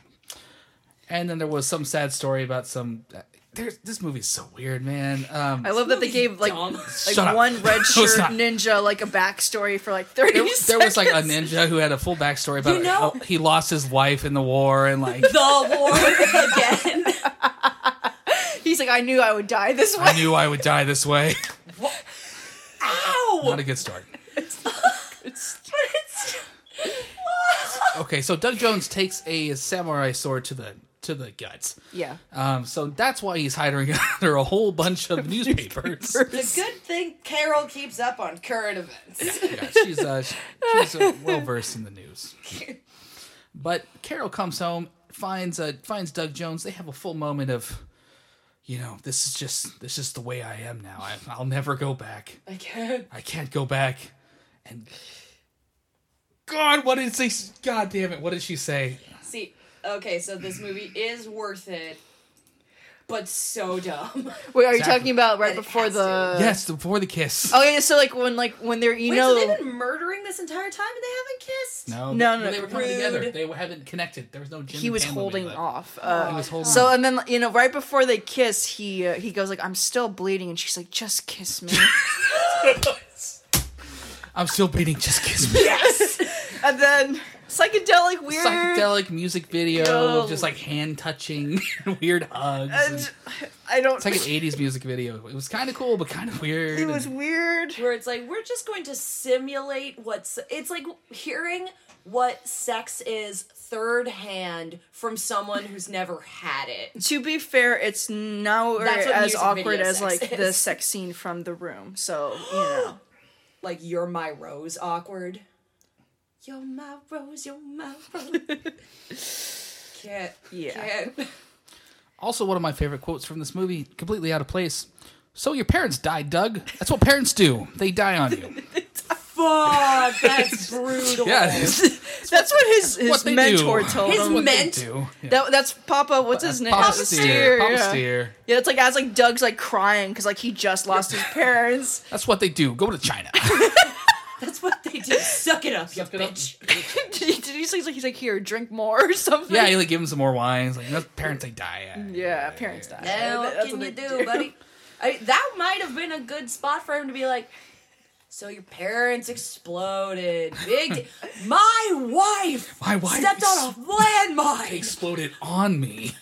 Speaker 1: And then there was some sad story about some uh, there's, this movie's so weird, man. Um,
Speaker 2: I love that they gave like
Speaker 3: dumb.
Speaker 2: like
Speaker 1: Shut up.
Speaker 2: one red
Speaker 1: No,
Speaker 2: shirt
Speaker 1: stop.
Speaker 2: ninja like a backstory for like thirty
Speaker 1: there,
Speaker 2: seconds.
Speaker 1: there was like a ninja who had a full backstory about
Speaker 3: You know-
Speaker 1: how he lost his wife in the war and like
Speaker 3: The war again.
Speaker 2: He's like, I knew I would die this
Speaker 1: I
Speaker 2: way.
Speaker 1: knew I would die this way.
Speaker 3: Ow!
Speaker 1: Not a good start.
Speaker 3: But it's
Speaker 1: Okay, so Doug Jones takes a samurai sword to the to the guts.
Speaker 2: yeah.
Speaker 1: Um, so that's why he's hiding under a whole bunch of newspapers.
Speaker 3: the good thing Carol keeps up on current events.
Speaker 1: yeah, she's uh, sh- she's uh, well versed in the news. But Carol comes home, finds uh, finds Doug Jones. They have a full moment of, you know, this is just this is the way I am now. I, I'll never go back.
Speaker 3: I can't.
Speaker 1: I can't go back. And God, what did she? God damn it! What did she say?
Speaker 3: See, okay, so this movie is worth it, but so dumb.
Speaker 2: Wait, are you
Speaker 1: Exactly.
Speaker 2: talking about right
Speaker 3: It
Speaker 2: before
Speaker 3: has
Speaker 2: the?
Speaker 1: yes, before the kiss.
Speaker 2: Uh, Oh yeah, so like when like when they're you
Speaker 3: Wait, so
Speaker 2: know
Speaker 3: they've been murdering this entire time and they haven't kissed?
Speaker 1: no,
Speaker 2: No, no,
Speaker 1: they were coming
Speaker 3: rude.
Speaker 1: together. They hadn't connected. There was no. Jim
Speaker 2: he was
Speaker 1: Pam movie
Speaker 2: holding
Speaker 1: left.
Speaker 2: off. Uh,
Speaker 1: He was holding.
Speaker 2: So
Speaker 1: off.
Speaker 2: and then you know right before they kiss, he uh, he goes like, "I'm still bleeding," and she's like, "Just kiss me."
Speaker 1: I'm still beating. Just kiss me.
Speaker 2: and then psychedelic weird.
Speaker 1: Psychedelic music video,
Speaker 2: Yo.
Speaker 1: just like hand touching, weird hugs. and-
Speaker 2: And I don't.
Speaker 1: it's like an '80s music video. It was kind of cool, but kind of weird.
Speaker 2: it was
Speaker 1: and-
Speaker 2: weird.
Speaker 3: where it's like we're just going to simulate what's it's like hearing what sex is third hand from someone who's never had it.
Speaker 2: To be fair, it's nowhere
Speaker 3: That's what
Speaker 2: as
Speaker 3: music video
Speaker 2: awkward as
Speaker 3: sex
Speaker 2: like the
Speaker 3: is.
Speaker 2: sex scene from The Room. So you know,
Speaker 3: Like you're my rose awkward. You're my rose, you're my rose. can't
Speaker 2: Yeah.
Speaker 3: can't
Speaker 1: also one of my favorite quotes from this movie. Completely out of place. So your parents died, Doug. That's what parents do. They die on you.
Speaker 3: fuck that's brutal.
Speaker 1: Yeah, it's
Speaker 2: that's what his his
Speaker 1: what they
Speaker 2: mentor
Speaker 1: do.
Speaker 2: told
Speaker 3: His
Speaker 2: him.
Speaker 3: men-
Speaker 1: they
Speaker 3: Ent-
Speaker 1: do. Yeah.
Speaker 2: That, that's Papa. What's his name?
Speaker 1: Papa Steer. Papa
Speaker 2: yeah.
Speaker 1: Steer.
Speaker 2: Yeah, it's like as like Doug's like crying because like he just lost his parents.
Speaker 1: That's what they do. Go to China.
Speaker 3: That's what they do. Suck it up, you bitch.
Speaker 2: did, he, did he say he's like, he's like here, drink more or something?
Speaker 1: yeah, you like give him some more wines. Like that's parents, they die. Yeah.
Speaker 2: yeah. Parents die.
Speaker 3: Now what
Speaker 2: That's
Speaker 3: can
Speaker 2: what
Speaker 3: you
Speaker 2: they
Speaker 3: do, buddy? I, that might have been a good spot for him to be like, so your parents exploded. Big d- My wife
Speaker 1: My wife
Speaker 3: stepped on a landmine.
Speaker 1: exploded on me.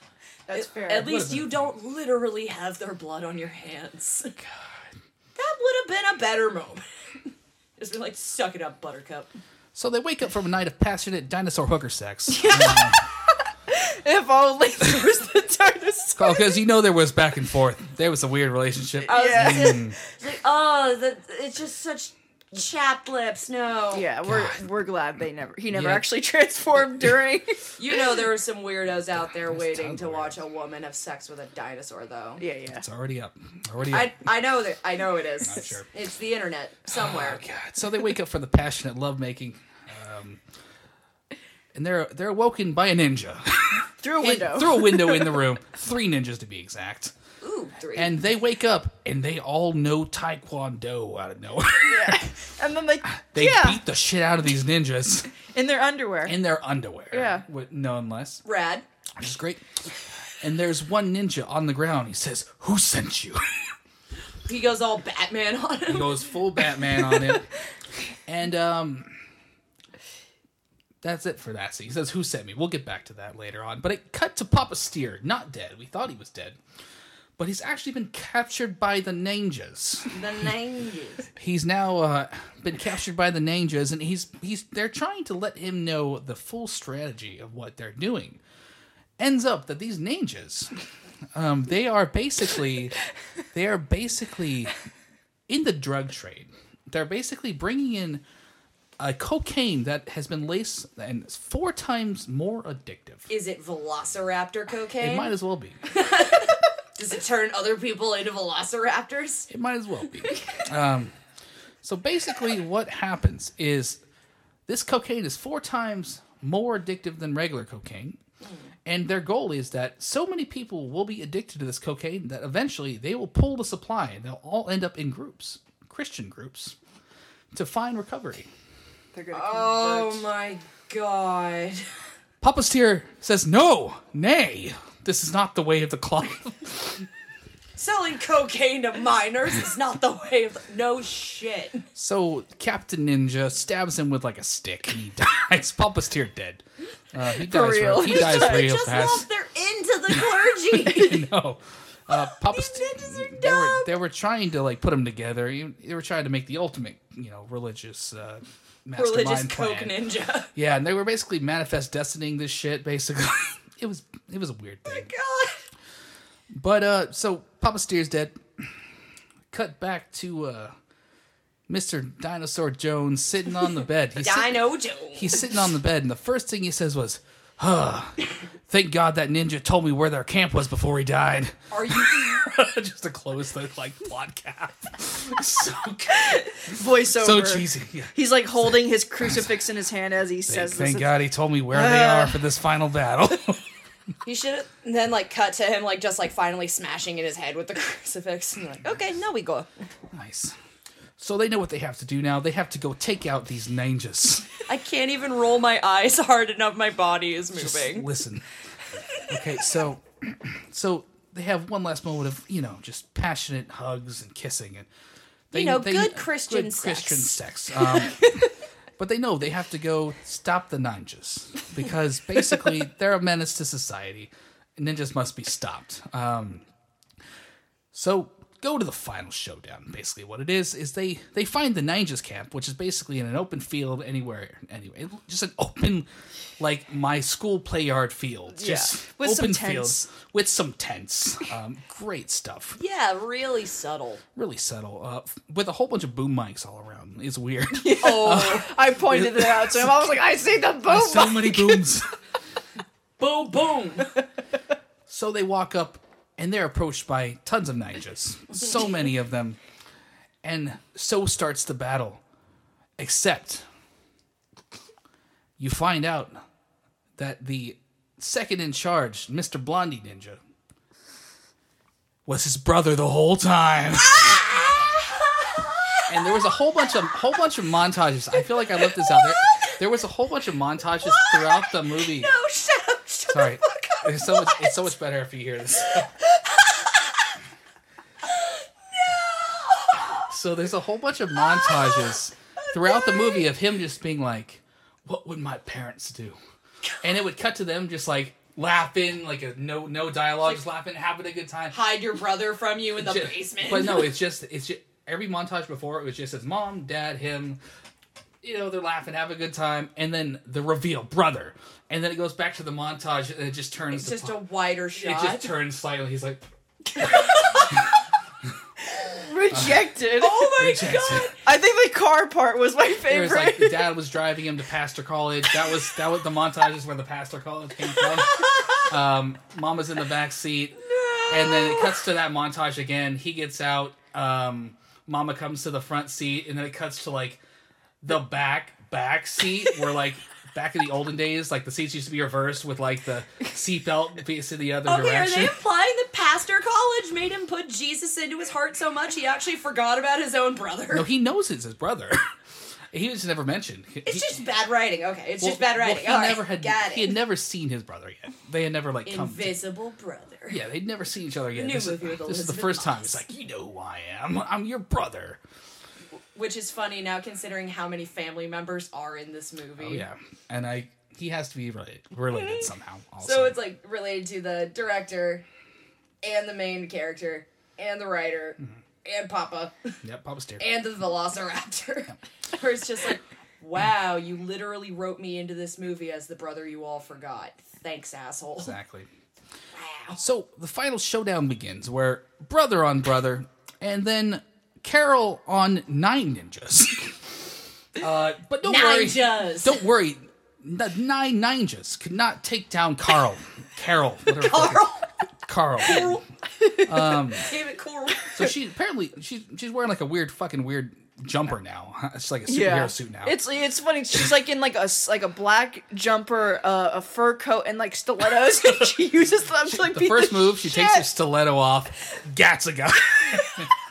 Speaker 2: That's fair.
Speaker 3: At least you don't literally have their blood on your hands. God. That would have been a better moment. Just be like, suck it up, buttercup.
Speaker 1: So they wake up from a night of passionate dinosaur hooker sex.
Speaker 2: if only there was the dinosaur.
Speaker 1: Because Oh, you know there was back and forth. There was a weird relationship.
Speaker 2: Yeah.
Speaker 3: It's like, oh, the, it's just such chap lips. No.
Speaker 2: Yeah, we're
Speaker 1: God.
Speaker 2: we're glad they never he never
Speaker 1: Yeah.
Speaker 2: actually transformed during.
Speaker 3: You know there were some weirdos out there waiting
Speaker 1: tons
Speaker 3: to
Speaker 1: of
Speaker 3: watch a woman have sex with a dinosaur, though.
Speaker 2: yeah, yeah.
Speaker 1: It's already up. Already up.
Speaker 3: I, I know that I know it is.
Speaker 1: sure.
Speaker 3: It's the internet somewhere.
Speaker 1: Oh, God. So they wake up for the passionate lovemaking. Um, and they're they're awoken by a ninja.
Speaker 2: Through a window.
Speaker 1: Through a window in the room. Three ninjas to be exact.
Speaker 3: Ooh, three.
Speaker 1: And they wake up and they all know Taekwondo out of nowhere.
Speaker 2: yeah. And then they,
Speaker 1: Ah, They
Speaker 2: yeah,
Speaker 1: beat the shit out of these ninjas
Speaker 2: in their underwear.
Speaker 1: in their underwear.
Speaker 2: Yeah.
Speaker 1: With no unless.
Speaker 3: Rad.
Speaker 1: which is great. And there's one ninja on the ground. He says, "Who sent you?"
Speaker 3: He goes all Batman on
Speaker 1: he
Speaker 3: him.
Speaker 1: goes full Batman on him, and um, that's it for that scene. He says, "Who sent me?" We'll get back to that later on. But it cut to Papa Steer, not dead. We thought he was dead, but he's actually been captured by the ninjas.
Speaker 3: The nineties.
Speaker 1: He's now uh, been captured by the ninjas, and he's he's they're trying to let him know the full strategy of what they're doing. Ends up that these ninjas, um, they are basically they are basically in the drug trade. They're basically bringing in uh, cocaine that has been laced and is four times more addictive.
Speaker 4: Is it Velociraptor
Speaker 1: It
Speaker 4: cocaine?
Speaker 1: might as well be.
Speaker 4: Does it turn other people into Velociraptors?
Speaker 1: It might as well be. Um, so basically, what happens is this cocaine is four times more addictive than regular cocaine. And their goal is that so many people will be addicted to this cocaine that eventually they will pull the supply and they'll all end up in groups, Christian groups, to find recovery.
Speaker 2: They're gonna
Speaker 4: Oh
Speaker 2: convert.
Speaker 4: my god.
Speaker 1: Papa Steer says, No, nay, this is not the way of the cloth.
Speaker 4: Selling cocaine to minors is not the way of. No shit.
Speaker 1: So Captain Ninja stabs him with like a stick, and he dies. Papa Steer dead. Uh, he dies.
Speaker 2: real.
Speaker 1: Real, he dies
Speaker 4: They
Speaker 1: real
Speaker 4: just lost
Speaker 1: fast.
Speaker 4: their into the clergy.
Speaker 1: No, uh, Papa Steer.
Speaker 4: ninjas are
Speaker 1: They were,
Speaker 4: dumb.
Speaker 1: they were trying to like put them together. You- They were trying to make the ultimate, you know, religious uh, mastermind
Speaker 4: Religious coke
Speaker 1: plan.
Speaker 4: ninja.
Speaker 1: Yeah, and they were basically manifest destinying this shit. Basically, it was it was a weird thing.
Speaker 4: God.
Speaker 1: But uh, so Papa Steer's dead. Cut back to uh, Mr. Dinosaur Jones sitting on the bed. He's sit-
Speaker 4: Dino Jones.
Speaker 1: he's sitting on the bed, and the first thing he says was, "Huh, thank God that ninja told me where their camp was before he died."
Speaker 4: Are you.
Speaker 1: Just to close the like plot cap. so good.
Speaker 2: voiceover.
Speaker 1: so cheesy. Yeah.
Speaker 2: He's like holding his crucifix in his hand as he says this.
Speaker 1: Thank
Speaker 2: It's-
Speaker 1: God he told me where they
Speaker 2: Ah.
Speaker 1: are for this final battle.
Speaker 3: You should then like cut to him like just like finally smashing in his head with the crucifix. And you're like, okay, now we go.
Speaker 1: nice. So they know what they have to do now. They have to go take out these ninjas.
Speaker 3: I can't even roll my eyes hard enough. My body is
Speaker 1: Just
Speaker 3: moving.
Speaker 1: listen. Okay, so so they have one last moment of you know just passionate hugs and kissing and they
Speaker 3: You know, good Christian
Speaker 1: good
Speaker 3: sex.
Speaker 1: Christian sex. Um, but they know they have to go stop the ninjas because basically they're a menace to society. and Ninjas must be stopped. Um, so go to the final showdown. Basically, what it is is they they find the ninjas camp, which is basically in an open field anywhere, anyway, just an open, like my school play yard field, just
Speaker 2: With some
Speaker 1: open
Speaker 2: tents.
Speaker 1: fields with some tents. Um, great stuff,
Speaker 3: Yeah, really subtle.
Speaker 1: really subtle, uh, f- with a whole bunch of boom mics all around. It's weird.
Speaker 2: Oh, I pointed it out to him. I was like, I see the boom.
Speaker 1: so many booms.
Speaker 4: Boom, boom.
Speaker 1: So they walk up and they're approached by tons of ninjas. So many of them. And so starts the battle. Except you find out that the second in charge, Mr. Blondie Ninja, was his brother the whole time. and there was a whole bunch of whole bunch of montages. I feel like I left this out there. There was a whole bunch of montages throughout the movie.
Speaker 4: Oh, shut up. Shut
Speaker 1: Sorry.
Speaker 4: the fuck up.
Speaker 1: It's so much, it's so much better if you hear this. no. So there's a whole bunch of montages throughout the movie of him just being like, "What would my parents do?" And it would cut to them just like laughing, like a no no dialogue, just laughing, having a good time.
Speaker 4: Hide your brother from you in the
Speaker 1: Ju-
Speaker 4: basement.
Speaker 1: But no, it's just it's just every montage before it was just his mom, dad, him. You know, they're laughing, have a good time, and then the reveal, brother, and then it goes back to the montage, and it just turns.
Speaker 4: It's
Speaker 1: to
Speaker 4: just
Speaker 1: po-
Speaker 4: a wider
Speaker 1: it
Speaker 4: shot.
Speaker 1: just turns slightly. He's like,
Speaker 2: Rejected.
Speaker 4: oh my
Speaker 1: Rejected.
Speaker 4: god.
Speaker 2: I think the car part was my
Speaker 1: it was
Speaker 2: favorite.
Speaker 1: like the dad was driving him to pastor college. That was that was the montage is where the pastor college came from. Um, Mama's in the back seat, and then it cuts to that montage again. He gets out. Um, Mama comes to the front seat, and then it cuts to like the back back seat where like. Back in the olden days, like the seats used to be reversed with like the seatbelt facing the other
Speaker 4: Okay, are Oh,
Speaker 1: direction.
Speaker 4: they implying that Pastor College made him put Jesus into his heart so much he actually forgot about his own brother?
Speaker 1: No, he knows it's his brother. he was never mentioned. He-
Speaker 4: it's just bad writing. Okay, it's just
Speaker 1: Well,
Speaker 4: bad
Speaker 1: well,
Speaker 4: writing.
Speaker 1: he
Speaker 4: All right,
Speaker 1: never had
Speaker 4: got
Speaker 1: he
Speaker 4: it.
Speaker 1: had never seen his brother yet. They had never like come. To,
Speaker 4: Invisible brother.
Speaker 1: yeah, they'd never seen each other yet.
Speaker 4: New
Speaker 1: this
Speaker 4: movie
Speaker 1: is,
Speaker 4: with
Speaker 1: this is the
Speaker 4: Elizabeth
Speaker 1: first time.
Speaker 4: Moss.
Speaker 1: It's like you know who I am. I'm your brother.
Speaker 4: Which is funny now considering how many family members are in this movie.
Speaker 1: Oh yeah, and I he has to be related, related somehow. Also.
Speaker 4: So it's like related to the director and the main character and the writer
Speaker 1: Mm-hmm.
Speaker 4: and Papa
Speaker 1: yep, Papa Steer.
Speaker 4: and the Velociraptor. Where it's just like, wow, you literally wrote me into this movie as the brother you all forgot. Thanks, asshole.
Speaker 1: Exactly.
Speaker 4: Wow.
Speaker 1: So the final showdown begins where brother on brother, and then Carol on nine ninjas. Uh, but don't worry.
Speaker 4: Ninjas.
Speaker 1: Don't worry. The nine ninjas could not take down Carl. Carol. whatever.
Speaker 4: Carl.
Speaker 1: Carl.
Speaker 4: Damn it, Coral.
Speaker 1: So she apparently she's she's wearing like a weird fucking weird jumper now. It's like a superhero suit now.
Speaker 2: It's it's funny. She's like in like a s- like a black jumper, uh, a fur coat, and like stilettos. she uses them to like
Speaker 1: the
Speaker 2: beat
Speaker 1: first
Speaker 2: the
Speaker 1: move, she takes her
Speaker 2: shit.
Speaker 1: stiletto off. Gatsuga.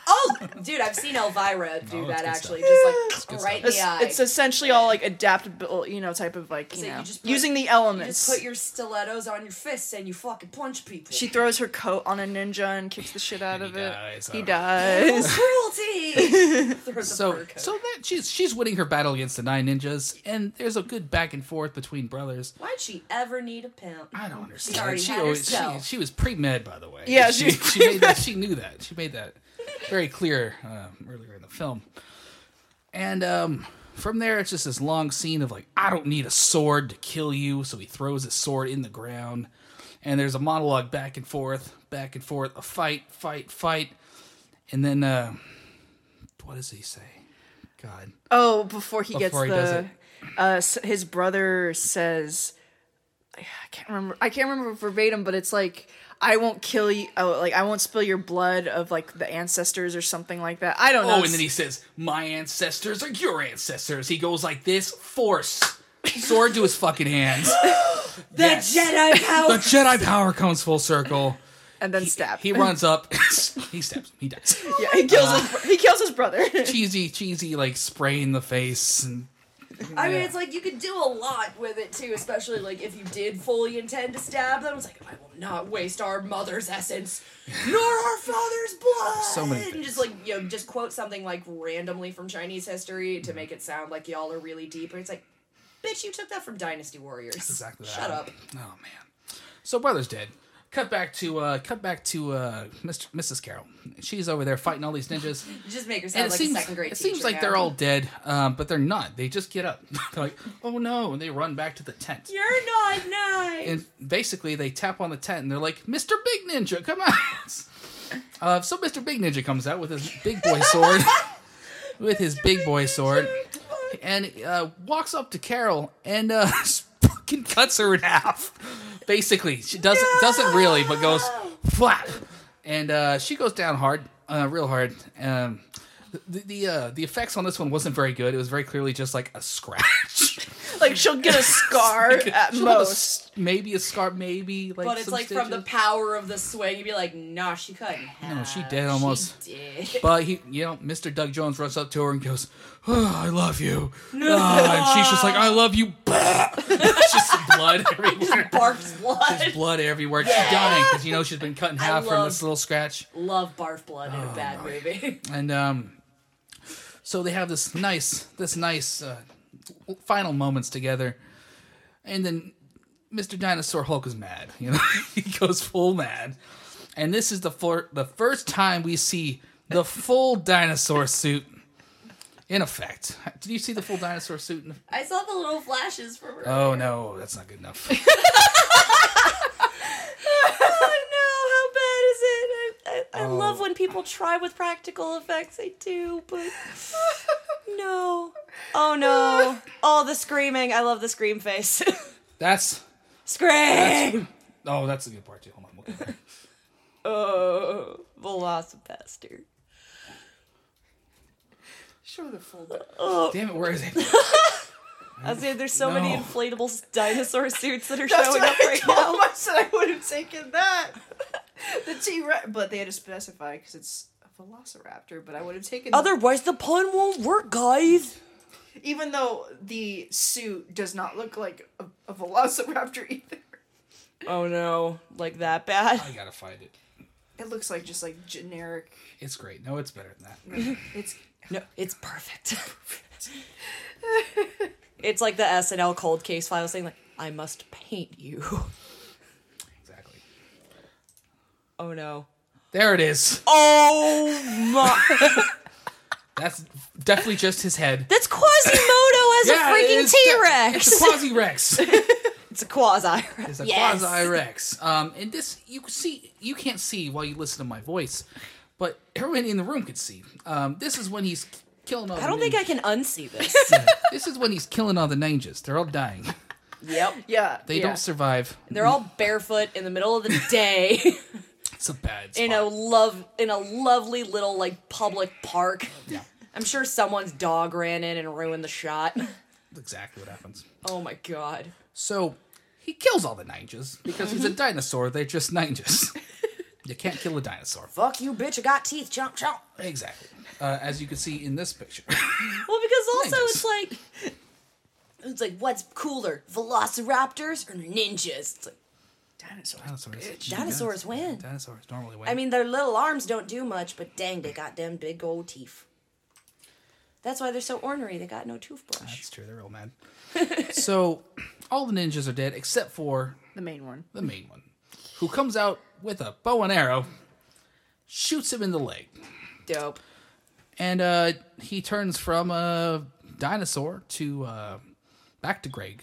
Speaker 4: Oh, dude, I've seen Elvira do
Speaker 1: No, that's
Speaker 4: that
Speaker 1: Oh, good
Speaker 4: actually.
Speaker 1: stuff.
Speaker 4: Just
Speaker 1: good
Speaker 4: like right in
Speaker 2: It's,
Speaker 4: the eye.
Speaker 2: it's essentially all like adaptable, you know, type of like you
Speaker 4: So you
Speaker 2: know
Speaker 4: just put-
Speaker 2: using the
Speaker 4: you
Speaker 2: elements.
Speaker 4: just put your stilettos on your fists and you fucking punch people.
Speaker 2: she throws her coat on a ninja and kicks the shit out
Speaker 1: he
Speaker 2: of it.
Speaker 1: dies, I
Speaker 2: He
Speaker 1: don't-
Speaker 2: dies.
Speaker 4: cruelty. Throws a
Speaker 1: So
Speaker 4: fur coat.
Speaker 1: so that she's she's winning her battle against the nine ninjas, and there's a good back and forth between brothers.
Speaker 4: Why'd she ever need a pimp?
Speaker 1: I don't understand.
Speaker 4: already
Speaker 1: she
Speaker 4: had
Speaker 1: always she,
Speaker 4: herself.
Speaker 1: she was pre med by the way.
Speaker 2: Yeah,
Speaker 1: she
Speaker 2: she was
Speaker 1: she made that, she knew that. She made that very clear um, earlier in the film. And um, from there, it's just this long scene of like, I don't need a sword to kill you. So he throws his sword in the ground, and there's a monologue back and forth, back and forth, a fight, fight, fight, and then uh, what does he say? God.
Speaker 2: Oh, before he gets
Speaker 1: Before he does
Speaker 2: the,
Speaker 1: it.
Speaker 2: uh, s- his brother says, I can't remember. I can't remember verbatim, but it's like I won't kill you. Oh, like I won't spill your blood of like the ancestors or something like that. I don't know.
Speaker 1: Oh, and
Speaker 2: It's-
Speaker 1: then he says, "My ancestors are your ancestors." He goes like this, force sword to his fucking hands.
Speaker 4: The Jedi power.
Speaker 1: The Jedi power comes full circle.
Speaker 2: and then stab.
Speaker 1: He runs up. he stabs him. He dies.
Speaker 2: yeah, he kills his. bro- He kills his brother.
Speaker 1: Cheesy, cheesy, like spray in the face. And
Speaker 4: I mean, it's like you could do a lot with it too, especially like if you did fully intend to stab them. It's like I will not waste our mother's essence, nor our father's blood.
Speaker 1: So many
Speaker 4: And just like you know, just quote something like randomly from Chinese history
Speaker 1: Mm-hmm.
Speaker 4: to make it sound like y'all are really deep. And it's like, bitch, you took that from Dynasty Warriors.
Speaker 1: exactly.
Speaker 4: Shut
Speaker 1: that.
Speaker 4: up.
Speaker 1: Oh man. So brother's dead. Cut back to uh, cut back to uh, Mr. Mrs. Carroll. She's over there fighting all these ninjas.
Speaker 4: You just make her sound
Speaker 1: and it
Speaker 4: like
Speaker 1: seems
Speaker 4: a second grade
Speaker 1: it
Speaker 4: teacher.
Speaker 1: seems like
Speaker 4: now.
Speaker 1: they're all dead, um, but they're not. They just get up. they're like, "Oh no!" and they run back to the tent.
Speaker 4: You're not nice.
Speaker 1: and basically they tap on the tent and they're like, "Mr. Big Ninja, come out!" Uh, so Mr. Big Ninja comes out with his big boy sword, with his big boy sword, and uh, walks up to Carol and uh, fucking cuts her in half. Basically, she doesn't doesn't really, but goes flap, and uh, she goes down hard, uh, real hard. Um, the the, uh, the effects on this one wasn't very good. It was very clearly just like a scratch.
Speaker 2: like she'll get a scar at
Speaker 1: She'll have a
Speaker 2: most.
Speaker 1: s- maybe a scar, maybe like.
Speaker 4: but it's
Speaker 1: some
Speaker 4: like from the
Speaker 1: stitches.
Speaker 4: power of the swing, you'd be like, nah, she cut in half.
Speaker 1: she did almost.
Speaker 4: She did.
Speaker 1: But he, you know, Mr. Doug Jones runs up to her and goes, oh, "I love you," Ah, and she's just like, "I love you." it's just blood everywhere,
Speaker 4: Barf's blood.
Speaker 1: blood everywhere. She's dying because you know she's been cut in half from
Speaker 4: love-
Speaker 1: this little scratch.
Speaker 4: love barf blood in a bad movie.
Speaker 1: And um, so they have this nice, this nice uh, final moments together, and then Mr. Dinosaur Hulk is mad. You know, he goes full mad, and this is the for- the first time we see the full dinosaur suit. In effect, did you see the full dinosaur suit? In-
Speaker 4: I saw the little flashes from her.
Speaker 1: oh no, that's not good enough.
Speaker 4: Oh no, how bad is it? I, I, I love when people try with practical effects. I do, but no.
Speaker 3: Oh no! All the screaming. I love the scream face.
Speaker 1: That's
Speaker 3: scream.
Speaker 1: oh, that's a good part too. Hold on, we'll get there.
Speaker 3: Oh, Velocipaster.
Speaker 2: Sure, the full. di-
Speaker 1: Damn it, where is it?
Speaker 3: I was saying, there's so many
Speaker 1: No.
Speaker 3: inflatable s- dinosaur suits that are
Speaker 2: That's
Speaker 3: showing
Speaker 2: what
Speaker 3: up
Speaker 2: I
Speaker 3: right
Speaker 2: told
Speaker 3: now.
Speaker 2: him. I said I would have taken that. the T Rex, but they had to specify because it's a Velociraptor. But I would have taken
Speaker 1: Oh,
Speaker 2: the-
Speaker 3: Otherwise, the pun won't work, guys.
Speaker 2: even though the suit does not look like a, a Velociraptor either.
Speaker 3: Oh no, like that bad.
Speaker 1: I gotta find it.
Speaker 2: It looks like just like generic.
Speaker 1: It's great. No, it's better than that.
Speaker 2: It's
Speaker 3: No, it's perfect. it's like the SNL cold case file saying, like, I must paint you.
Speaker 1: Exactly.
Speaker 3: Oh no.
Speaker 1: There it is.
Speaker 3: Oh my.
Speaker 1: That's definitely just his head.
Speaker 3: That's Quasimodo as a
Speaker 1: it
Speaker 3: freaking
Speaker 1: is de-
Speaker 3: T Rex.
Speaker 1: It's a quasi Rex.
Speaker 3: It's a quasi Rex.
Speaker 1: It's a
Speaker 4: Yes.
Speaker 1: quasi Rex. Um, and this you can see you can't see while you listen to my voice, but everyone in the room could see. Um, this is when he's killing all
Speaker 3: I don't
Speaker 1: the
Speaker 3: think I can unsee this.
Speaker 1: ninjas. this is when he's killing all the ninjas. They're all dying.
Speaker 3: yep.
Speaker 2: Yeah.
Speaker 1: They
Speaker 2: yeah.
Speaker 1: don't survive.
Speaker 3: They're all barefoot in the middle of the day
Speaker 1: It's a bad spot.
Speaker 3: in a love in a lovely little like public park. I'm sure someone's dog ran in and ruined the shot.
Speaker 1: exactly what happens.
Speaker 3: Oh my god.
Speaker 1: So he kills all the ninjas because he's a dinosaur. They're just ninjas. you can't kill a dinosaur.
Speaker 3: Fuck you, bitch! I got teeth. Chomp chomp.
Speaker 1: Exactly. Uh, as you can see in this picture.
Speaker 3: Well, because also
Speaker 1: Ninjas.
Speaker 3: it's like it's like what's cooler, Velociraptors or ninjas? It's like
Speaker 2: Dinosaurs.
Speaker 1: Dinosaurs.
Speaker 3: Dinosaurs win.
Speaker 1: Dinosaurs normally win.
Speaker 3: I mean, their little arms don't do much, but dang, they got them big old teeth. That's why they're so ornery. They got no toothbrush.
Speaker 1: That's true. They're real mad. so, all the ninjas are dead except for
Speaker 2: The main one.
Speaker 1: the main one, who comes out with a bow and arrow, shoots him in the leg,
Speaker 3: Dope.
Speaker 1: and uh, he turns from a dinosaur to uh, back to Greg.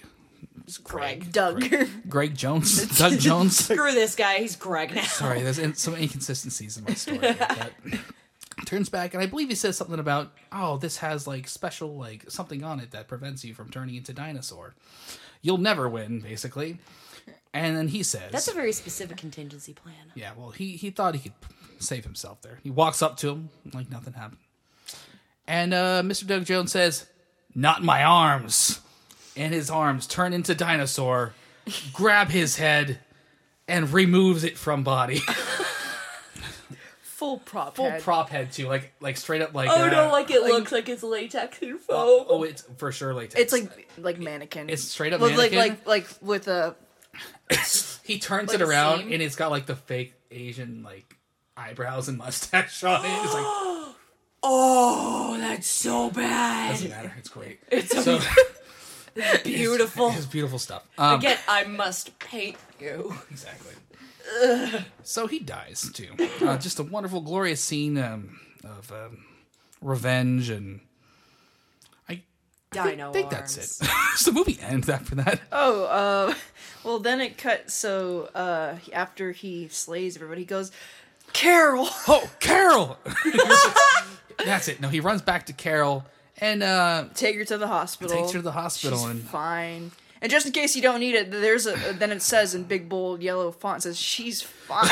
Speaker 1: It's Greg.
Speaker 2: Doug.
Speaker 1: Greg Jones. Doug Jones.
Speaker 3: Screw this guy. He's Greg now.
Speaker 1: Sorry, there's in, some inconsistencies in my story. here, but turns back, and I believe he says something about, "Oh, this has like special like something on it that prevents you from turning into dinosaur. You'll never win, basically." And then he says,
Speaker 3: That's a very specific contingency plan.
Speaker 1: "Yeah, well, he he thought he could save himself there. He walks up to him like nothing happened, and uh, Mr. Doug Jones says, "Not my arms," and his arms turn into dinosaur, grab his head, and removes it from body.
Speaker 2: Full prop.
Speaker 1: full
Speaker 2: head.
Speaker 1: prop head too, like like straight up like.
Speaker 4: Oh no,
Speaker 1: uh,
Speaker 4: like it looks like it's latex
Speaker 3: uh,
Speaker 4: and foam.
Speaker 1: Oh, it's for sure like.
Speaker 2: It's like like mannequin.
Speaker 1: it's straight up
Speaker 2: Well,
Speaker 1: mannequin.
Speaker 2: like like like with a
Speaker 1: he turns
Speaker 2: like
Speaker 1: it
Speaker 2: a
Speaker 1: around
Speaker 2: seam.
Speaker 1: and it's got like the fake Asian like eyebrows and mustache on it. It's like
Speaker 3: Oh, that's so bad.
Speaker 1: doesn't matter. It's great. It's so
Speaker 3: Beautiful.
Speaker 1: It's beautiful stuff. Um,
Speaker 3: Again, I must paint you.
Speaker 1: exactly. So he dies too. Uh, just a wonderful, glorious scene um, of um, revenge and. I
Speaker 3: Dino
Speaker 1: think
Speaker 3: arms.
Speaker 1: that's it. so the movie ends after that.
Speaker 2: Oh, uh, well, then it cut. So uh, after he slays everybody, he goes, Carol.
Speaker 1: Oh, Carol! That's it. No, he runs back to Carol and uh,
Speaker 2: Take her to the hospital.
Speaker 1: takes her to the hospital.
Speaker 2: She's
Speaker 1: and
Speaker 2: fine. And just in case you don't need it, there's a then it says in big bold yellow font it says she's fine.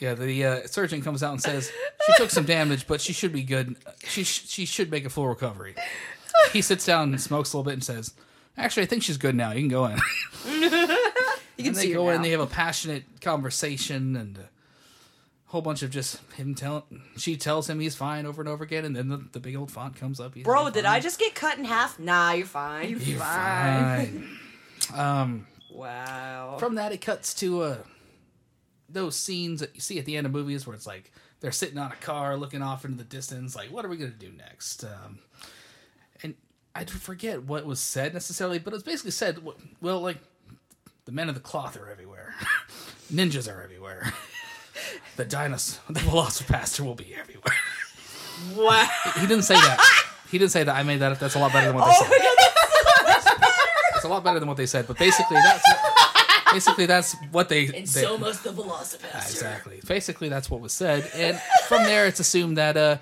Speaker 1: yeah, the uh, surgeon comes out and says she took some damage, but she should be good. She sh- she should make a full recovery. He sits down and smokes a little bit and says, "Actually, I think she's good now. You can go in."
Speaker 2: you can
Speaker 1: And they
Speaker 2: see her
Speaker 1: go in.
Speaker 2: now.
Speaker 1: They have a passionate conversation and a whole bunch of just him telling. She tells him he's fine over and over again, and then the, the big old font comes up. he's
Speaker 3: Bro,
Speaker 1: like,
Speaker 3: did I just get cut in half? Nah, you're fine.
Speaker 1: "You're fine.
Speaker 3: wow.
Speaker 1: from that it cuts to uh those scenes that you see at the end of movies where it's like they're sitting on a car looking off into the distance like what are we going to do next um and i forget what was said necessarily but it was basically said w- well like the men of the cloth are everywhere ninjas are everywhere the dinosaur the velociraptor will be everywhere
Speaker 3: Wow.
Speaker 1: he didn't say that he didn't say that i made that up that's a lot better than what they
Speaker 3: Oh
Speaker 1: said it's a lot better than what they said but basically that's basically that's what they
Speaker 4: And
Speaker 1: they-
Speaker 4: so must the Velocipastor.
Speaker 1: Exactly. Basically, that's what was said, and from there, it's assumed that uh,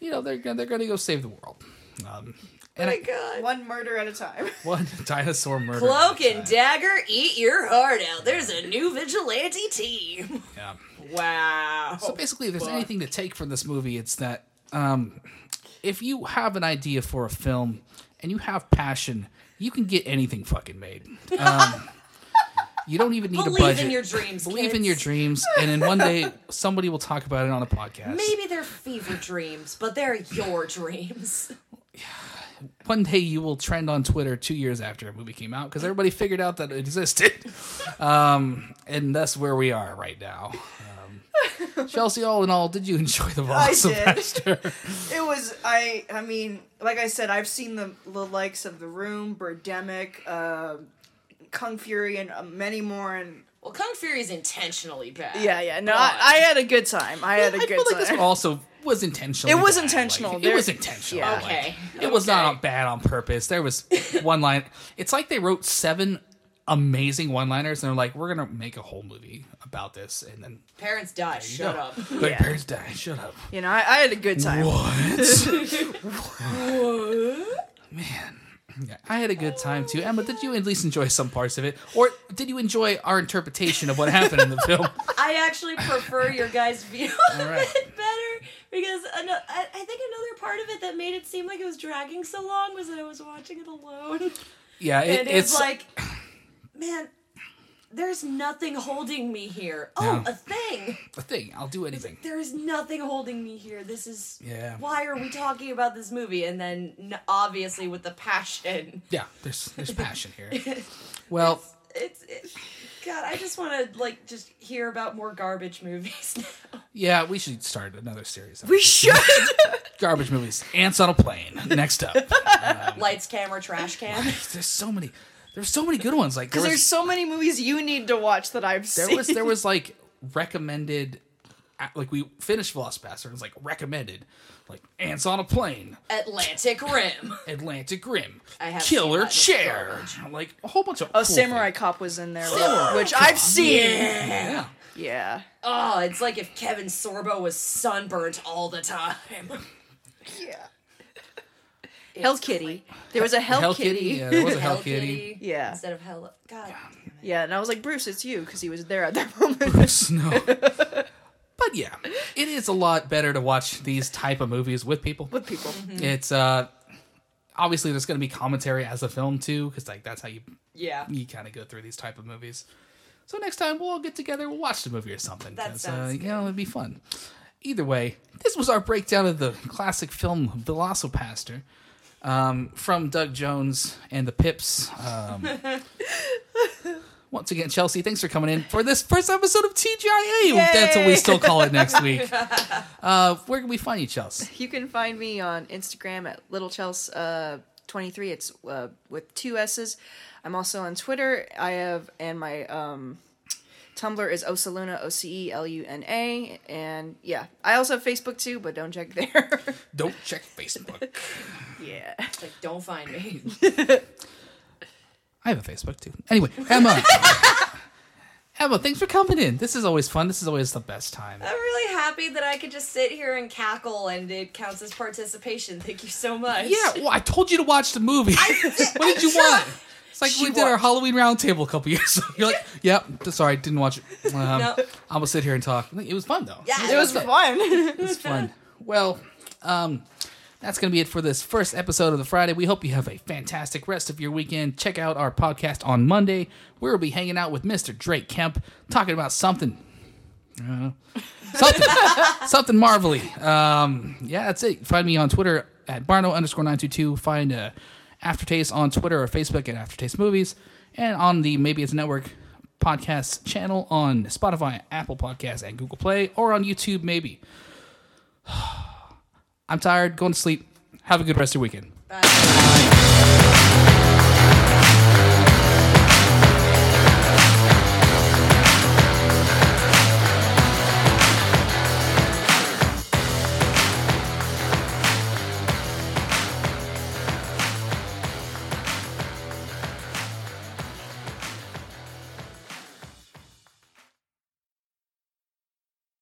Speaker 1: you know they're gonna- they're going to go save the world. Um,
Speaker 3: Oh
Speaker 1: and I,
Speaker 2: One murder at a time.
Speaker 1: one dinosaur murder.
Speaker 3: Cloak and dagger, eat your heart out. There's a new vigilante team.
Speaker 1: Yeah.
Speaker 3: Wow.
Speaker 1: So basically, if there's anything to take from this movie, it's that um, if you have an idea for a film and you have passion, you can get anything fucking made. Um, you don't even need a
Speaker 3: Believe
Speaker 1: budget.
Speaker 3: in your dreams.
Speaker 1: Believe in
Speaker 3: kids.
Speaker 1: your dreams, and then one day somebody will talk about it on a podcast.
Speaker 3: Maybe they're fever dreams, but they're your dreams.
Speaker 1: one day you will trend on Twitter two years after a movie came out because everybody figured out that it existed. Um, and that's where we are right now. Um, Chelsea, all in all, did you enjoy the Velocipastor?
Speaker 2: It was I. I mean, like I said, I've seen the, the likes of the Room, Birdemic, uh, Kung Fury, and uh, many more. And
Speaker 3: Well, Kung Fury's intentionally bad.
Speaker 2: yeah, yeah. No,
Speaker 3: God.
Speaker 2: I, I had a good time. I had a
Speaker 1: I
Speaker 2: good
Speaker 1: feel like this
Speaker 2: time.
Speaker 1: also was intentional.
Speaker 2: It was intentional.
Speaker 1: it
Speaker 2: There-
Speaker 1: was intentional.
Speaker 2: yeah.
Speaker 1: like,
Speaker 3: Okay.
Speaker 1: It was
Speaker 3: Okay.
Speaker 1: not bad on purpose. There was one line. It's like they wrote seven amazing one-liners, and they're like, "We're gonna make a whole movie about this," and then
Speaker 3: Parents die. Shut
Speaker 1: no.
Speaker 3: up.
Speaker 1: Like,
Speaker 2: Yeah.
Speaker 1: parents die. Shut up.
Speaker 2: You know, I, I had a good time.
Speaker 1: What? Man. Yeah, I had a good time too. Emma, did you at least enjoy some parts of it? Or did you enjoy our interpretation of what happened in the film?
Speaker 3: I actually prefer your guys' view
Speaker 1: All
Speaker 3: of
Speaker 1: right.
Speaker 3: it better because ano- I I think another part of it that made it seem like it was dragging so long was that I was watching it alone.
Speaker 1: Yeah, it,
Speaker 3: and it's,
Speaker 1: it's
Speaker 3: like, man, there's nothing holding me here. Oh,
Speaker 1: Yeah.
Speaker 3: a thing.
Speaker 1: a thing. I'll do anything.
Speaker 3: There's nothing holding me here. This is
Speaker 1: Yeah.
Speaker 3: Why are we talking about this movie? And then n- obviously with the passion,
Speaker 1: Yeah, there's there's passion here. Well,
Speaker 3: it's it, God. I just want to like just hear about more garbage movies. now.
Speaker 1: yeah, we should start another series.
Speaker 2: We should.
Speaker 1: garbage movies. Ants on a plane. Next up. Um,
Speaker 3: Lights, camera, trash can.
Speaker 1: there's so many. There's so many good ones. Like there
Speaker 2: Because
Speaker 1: was,
Speaker 2: there's so many movies you need to watch that I've seen.
Speaker 1: there was there was like recommended uh, like we finished Velocipaster and it was like recommended like ants on a plane
Speaker 3: Atlantic Rim.
Speaker 1: Atlantic Rim
Speaker 3: I have seen
Speaker 1: killer
Speaker 3: that. It's
Speaker 1: chair like a whole bunch of
Speaker 2: Oh,
Speaker 1: cool
Speaker 2: Samurai
Speaker 1: things.
Speaker 2: Cop was in there, which I've seen.
Speaker 1: yeah
Speaker 2: Yeah.
Speaker 3: Oh, it's like if Kevin Sorbo was sunburnt all the time.
Speaker 2: Yeah. Hell Kitty. There was a Hell,
Speaker 1: Hell
Speaker 2: Kitty.
Speaker 1: Kitty yeah there was a Hell Kitty
Speaker 2: Yeah.
Speaker 3: Instead of Hell. God.
Speaker 2: Yeah, and I was like, Bruce, it's you, because he was there at that moment.
Speaker 1: snow but yeah it is a lot better to watch these type of movies with people
Speaker 2: With people.
Speaker 1: it's uh obviously there's going to be commentary as a film too because like that's how you
Speaker 3: Yeah.
Speaker 1: you kind of go through these type of movies. So next time we'll all get together, we'll watch the movie or something.
Speaker 3: That
Speaker 1: 'cause,
Speaker 3: sounds
Speaker 1: uh, You know, it'd be fun. Either way, this was our breakdown of the classic film Velocipaster um, from Doug Jones and the Pips. Um, once again, Chelsea, thanks for coming in for this first episode of TGIA. That's what we still call it next week. Uh, where can we find you, Chelsea?
Speaker 2: You can find me on Instagram at Little Chels, uh 23 It's uh, with two S's. I'm also on Twitter. I have, and my um, Tumblr is Osaluna, O C E L U N A. And yeah, I also have Facebook too, but don't check there.
Speaker 1: Don't check Facebook.
Speaker 2: yeah.
Speaker 3: It's like, don't find me.
Speaker 1: I have a Facebook too. Anyway, Emma. Emma, thanks for coming in. This is always fun. This is always the best time.
Speaker 3: I'm really happy that I could just sit here and cackle and it counts as participation. Thank you so much.
Speaker 1: Yeah, well, I told you to watch the movie. what did you want? It's like we did our Halloween roundtable a couple years ago. You're like, yep, d- sorry, didn't watch it. Um,
Speaker 3: No.
Speaker 1: I'm gonna sit here and talk. It was fun though.
Speaker 3: Yeah,
Speaker 2: It was fun.
Speaker 1: It was fun. Well, um, that's going to be it for this first episode of the Friday. We hope you have a fantastic rest of your weekend. Check out our podcast on Monday. where We'll be hanging out with Mr. Drake Kemp, talking about something. Uh, something, something marvelly. Um, yeah, that's it. Find me on Twitter at Barno underscore nine two two. Find uh, Aftertaste on Twitter or Facebook at Aftertaste Movies, and on the Maybe It's Network podcast channel on Spotify, Apple Podcasts, and Google Play, or on YouTube. Maybe I'm tired. Going to sleep. Have a good rest of your weekend.